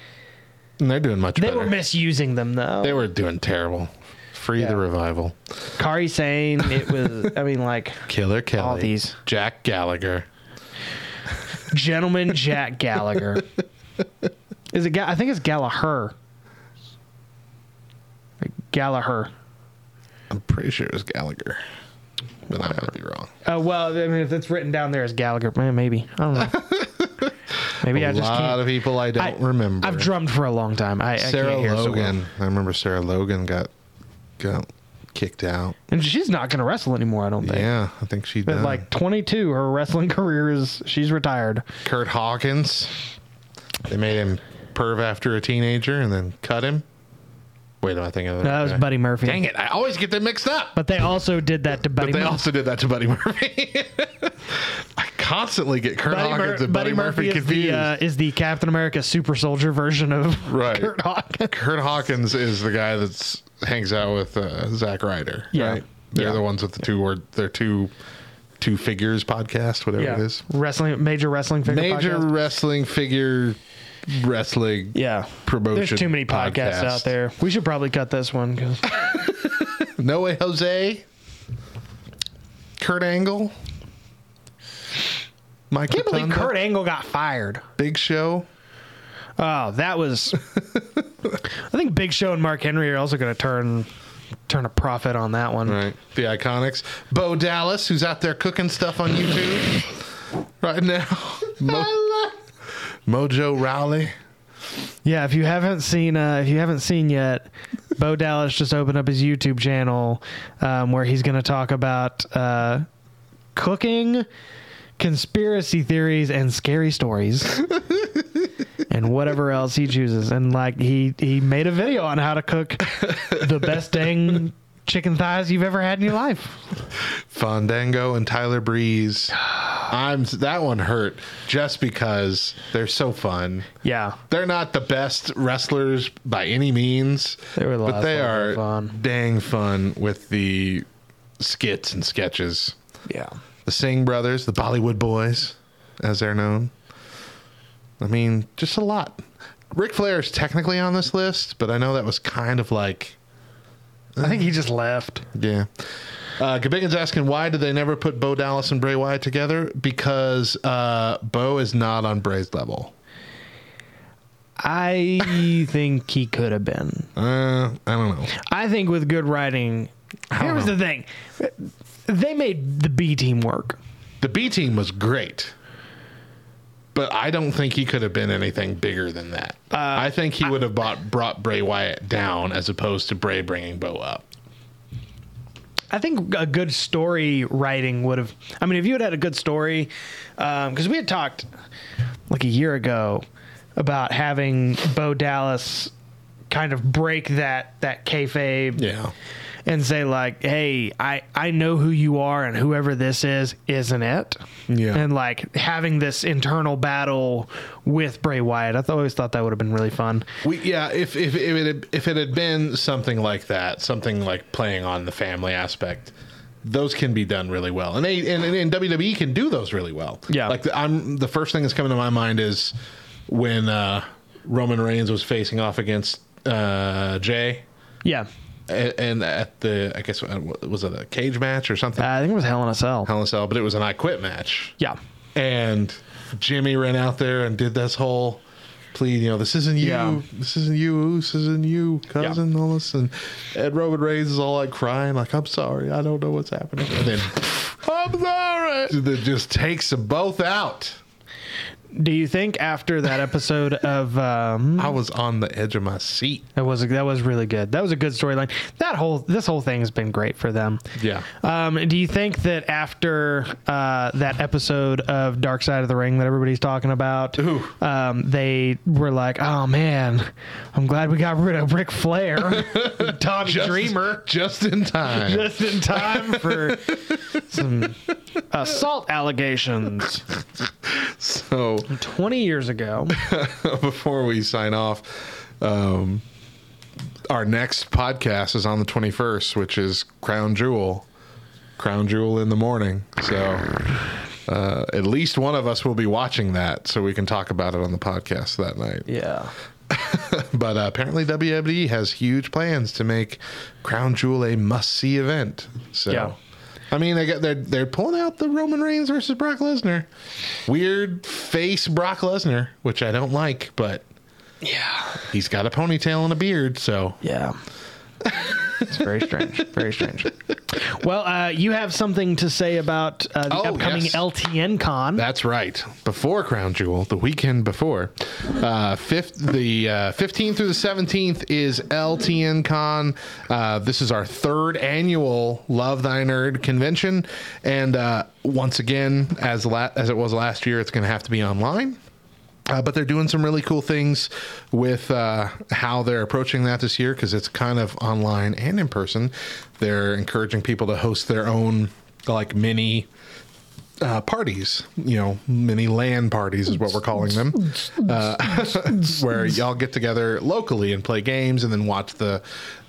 [SPEAKER 4] And they're doing much
[SPEAKER 3] they
[SPEAKER 4] better.
[SPEAKER 3] were misusing them though.
[SPEAKER 4] they were doing terrible. Free
[SPEAKER 3] Yeah.
[SPEAKER 4] the revival.
[SPEAKER 3] Kari Sane. It was. I mean, like
[SPEAKER 4] Killer Kelly.
[SPEAKER 3] All these.
[SPEAKER 4] Jack Gallagher.
[SPEAKER 3] gentleman Jack Gallagher. Is it? Ga- I think it's Gallagher. Gallagher.
[SPEAKER 4] I'm pretty sure it was Gallagher, but I might be wrong.
[SPEAKER 3] Uh, well, I mean, if it's written down there as Gallagher, man, maybe I don't know. Maybe I
[SPEAKER 4] a
[SPEAKER 3] just
[SPEAKER 4] lot
[SPEAKER 3] can't.
[SPEAKER 4] of people I don't
[SPEAKER 3] I-
[SPEAKER 4] remember.
[SPEAKER 3] I've drummed for a long time. I, I
[SPEAKER 4] Sarah
[SPEAKER 3] can't hear so well.
[SPEAKER 4] Logan. I remember Sarah Logan got got kicked out.
[SPEAKER 3] and she's not going to wrestle anymore. I don't think.
[SPEAKER 4] Yeah, I think she
[SPEAKER 3] At
[SPEAKER 4] did.
[SPEAKER 3] like 22, her wrestling career is she's retired.
[SPEAKER 4] Kurt Hawkins. They made him perv after a teenager and then cut him. Wait, am I thinking of
[SPEAKER 3] No, that was
[SPEAKER 4] guy?
[SPEAKER 3] Buddy Murphy.
[SPEAKER 4] Dang it! I always get them mixed up.
[SPEAKER 3] But they also did that to Buddy.
[SPEAKER 4] They
[SPEAKER 3] Murphy.
[SPEAKER 4] also did that to Buddy Murphy. I constantly get Kurt
[SPEAKER 3] Buddy, Mur-
[SPEAKER 4] Hawkins and Buddy, Murphy,
[SPEAKER 3] is
[SPEAKER 4] confused.
[SPEAKER 3] the, uh, is the Captain America super soldier version of
[SPEAKER 4] Right.
[SPEAKER 3] Kurt Hawkins.
[SPEAKER 4] Kurt Hawkins is the guy that's hangs out with uh, Zack Ryder.
[SPEAKER 3] Yeah.
[SPEAKER 4] right? they're
[SPEAKER 3] Yeah.
[SPEAKER 4] the ones with the two word. They're two two figures podcast, whatever it is.
[SPEAKER 3] wrestling major wrestling figure
[SPEAKER 4] Major
[SPEAKER 3] podcast.
[SPEAKER 4] wrestling figure wrestling
[SPEAKER 3] Yeah,
[SPEAKER 4] promotion.
[SPEAKER 3] there's too many podcasts
[SPEAKER 4] podcast.
[SPEAKER 3] out there. We should probably cut this one because
[SPEAKER 4] No way, Jose. Kurt Angle. Mike
[SPEAKER 3] can't believe
[SPEAKER 4] Rotunda,
[SPEAKER 3] Kurt Angle got fired.
[SPEAKER 4] Big Show.
[SPEAKER 3] Oh, that was. I think Big Show and Mark Henry are also going to turn turn a profit on that one.
[SPEAKER 4] Right. The Iconics. Bo Dallas, who's out there cooking stuff on YouTube right now. Mo- Mojo Rowley.
[SPEAKER 3] Yeah, if you haven't seen, uh, if you haven't seen yet, Bo Dallas just opened up his YouTube channel um, where he's going to talk about uh, cooking, conspiracy theories, and scary stories, and whatever else he chooses. And like he he made a video on how to cook the best dang chicken thighs you've ever had in your life.
[SPEAKER 4] Fandango and Tyler Breeze. I'm that one hurt just because they're so fun.
[SPEAKER 3] Yeah.
[SPEAKER 4] They're not the best wrestlers by any means,
[SPEAKER 3] They were the
[SPEAKER 4] but
[SPEAKER 3] last
[SPEAKER 4] they
[SPEAKER 3] ones that
[SPEAKER 4] are
[SPEAKER 3] were fun.
[SPEAKER 4] dang fun with the skits and sketches.
[SPEAKER 3] Yeah.
[SPEAKER 4] The Singh brothers, the Bollywood boys, as they're known. I mean, just a lot. Ric Flair is technically on this list, but I know that was kind of like,
[SPEAKER 3] I think he just left.
[SPEAKER 4] yeah. Uh, Gabigan's asking why did they never put Bo Dallas and Bray Wyatt together? Because uh, Bo is not on Bray's level.
[SPEAKER 3] I think he could have been.
[SPEAKER 4] Uh, I don't know.
[SPEAKER 3] I think with good writing, Here was
[SPEAKER 4] know.
[SPEAKER 3] the thing. They made the B team work.
[SPEAKER 4] The B team was great, but I don't think he could have been anything bigger than that. I think he would have bought, brought Bray Wyatt down as opposed to Bray bringing Bo up.
[SPEAKER 3] I think a good story writing would have. I mean, if you had had a good story, because we had talked like a year ago about having Bo Dallas kind of break that that kayfabe
[SPEAKER 4] Yeah.
[SPEAKER 3] and say like, "Hey, I I know who you are, and whoever this is isn't it."
[SPEAKER 4] Yeah.
[SPEAKER 3] And like having this internal battle with Bray Wyatt, I th- always thought that would have been really fun.
[SPEAKER 4] We, yeah, if if if it had, if it had been something like that, something like playing on the family aspect, those can be done really well, and they and, and, and WWE can do those really well.
[SPEAKER 3] Yeah.
[SPEAKER 4] like the, I'm the first thing that's coming to my mind is when uh, Roman Reigns was facing off against uh, Jay,
[SPEAKER 3] Yeah,
[SPEAKER 4] a- and at the I guess uh, was it a cage match or something?
[SPEAKER 3] Uh, I think it was Hell in a Cell.
[SPEAKER 4] Hell in a Cell, but it was an I Quit match
[SPEAKER 3] yeah.
[SPEAKER 4] and Jimmy ran out there and did this whole plea, you know, this isn't you,
[SPEAKER 3] Yeah.
[SPEAKER 4] this isn't you, this isn't you, cousin, all this. And Ed Roman Reigns is all like crying, like, I'm sorry, I don't know what's happening. And then
[SPEAKER 3] I'm sorry.
[SPEAKER 4] that just takes them both out.
[SPEAKER 3] Do you think after that episode of um,
[SPEAKER 4] I was on the edge of my seat.
[SPEAKER 3] that was that was really good. That was a good storyline. That whole this whole thing has been great for them.
[SPEAKER 4] Yeah.
[SPEAKER 3] Um, do you think that after uh, that episode of Dark Side of the Ring that everybody's talking about, um, they were like, "Oh man, I'm glad we got rid of Ric Flair, Tommy Dreamer,
[SPEAKER 4] Just in time.
[SPEAKER 3] just in time for some assault allegations
[SPEAKER 4] so
[SPEAKER 3] 20 years ago."
[SPEAKER 4] before we sign off, um, our next podcast is on the 21st, which is Crown Jewel. Crown Jewel in the morning. So uh, at least one of us will be watching that so we can talk about it on the podcast that night.
[SPEAKER 3] Yeah.
[SPEAKER 4] But uh, apparently, WWE has huge plans to make Crown Jewel a must see event. So.
[SPEAKER 3] Yeah.
[SPEAKER 4] I mean, they got they're they're pulling out the Roman Reigns versus Brock Lesnar, weird face Brock Lesnar, which I don't like, but
[SPEAKER 3] Yeah.
[SPEAKER 4] He's got a ponytail and a beard, so
[SPEAKER 3] Yeah. It's very strange. Very strange. Well, uh, you have something to say about uh, the
[SPEAKER 4] Oh,
[SPEAKER 3] upcoming
[SPEAKER 4] yes.
[SPEAKER 3] LTN con.
[SPEAKER 4] that's right. Before Crown Jewel, the weekend before, uh, fifth, the uh, 15th through the 17th is LTN Con. Uh, this is our third annual Love Thy Nerd convention, and uh, once again, as la- as it was last year, it's going to have to be online. Uh, but they're doing some really cool things with uh, how they're approaching that this year because it's kind of online and in person. They're encouraging people to host their own like mini uh, parties, you know, mini LAN parties is what we're calling them, uh, where y'all get together locally and play games and then watch the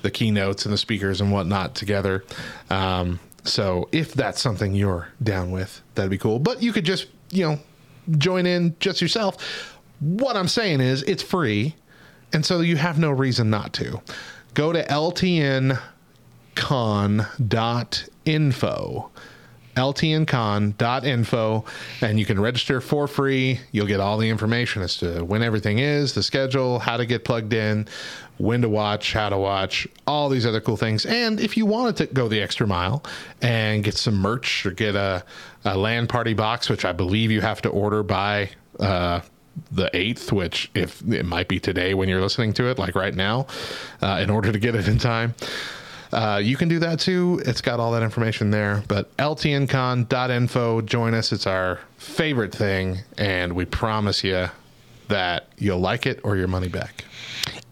[SPEAKER 4] the keynotes and the speakers and whatnot together.
[SPEAKER 1] Uh,
[SPEAKER 4] Um, so if that's something you're down with, that'd be cool. But you could just you know join in just yourself. What I'm saying is it's free, and so you have no reason not to. Go to ltncon.info ltncon.info and you can register for free. You'll get all the information as to when everything is, the schedule, how to get plugged in, when to watch, how to watch, all these other cool things. And if you wanted to go the extra mile and get some merch or get a, a land party box, which I believe you have to order by uh, the 8th, which if it might be today when you're listening to it, like right now, uh, in order to get it in time. Uh, you can do that too. It's got all that information there. But ltncon.info, join us. It's our favorite thing, and we promise you that you'll like it or your money back.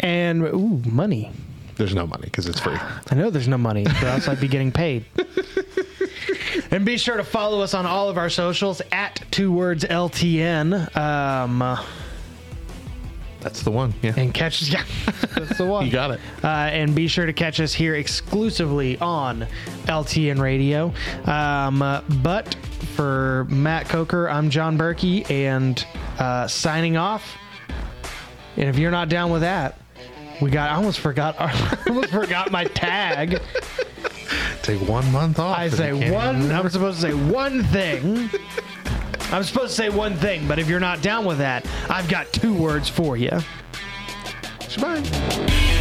[SPEAKER 3] And, ooh, money.
[SPEAKER 4] There's no money because it's free.
[SPEAKER 3] I know there's no money, or else I'd be getting paid. and be sure to follow us on all of our socials at two words LTN. Um, uh,
[SPEAKER 4] That's the one. Yeah,
[SPEAKER 3] and catch us. Yeah, that's the one.
[SPEAKER 4] you got it.
[SPEAKER 3] Uh, and be sure to catch us here exclusively on LTN Radio. Um, uh, but for Matt Coker, I'm John Berkey, and uh, signing off. And if you're not down with that, we got. I almost forgot. Our, I almost forgot my tag.
[SPEAKER 4] Take one month off.
[SPEAKER 3] I
[SPEAKER 4] if
[SPEAKER 3] say
[SPEAKER 4] you can.
[SPEAKER 3] one. I'm supposed to say one thing. I'm supposed to say one thing, but if you're not down with that, I've got two words for you.
[SPEAKER 4] Goodbye.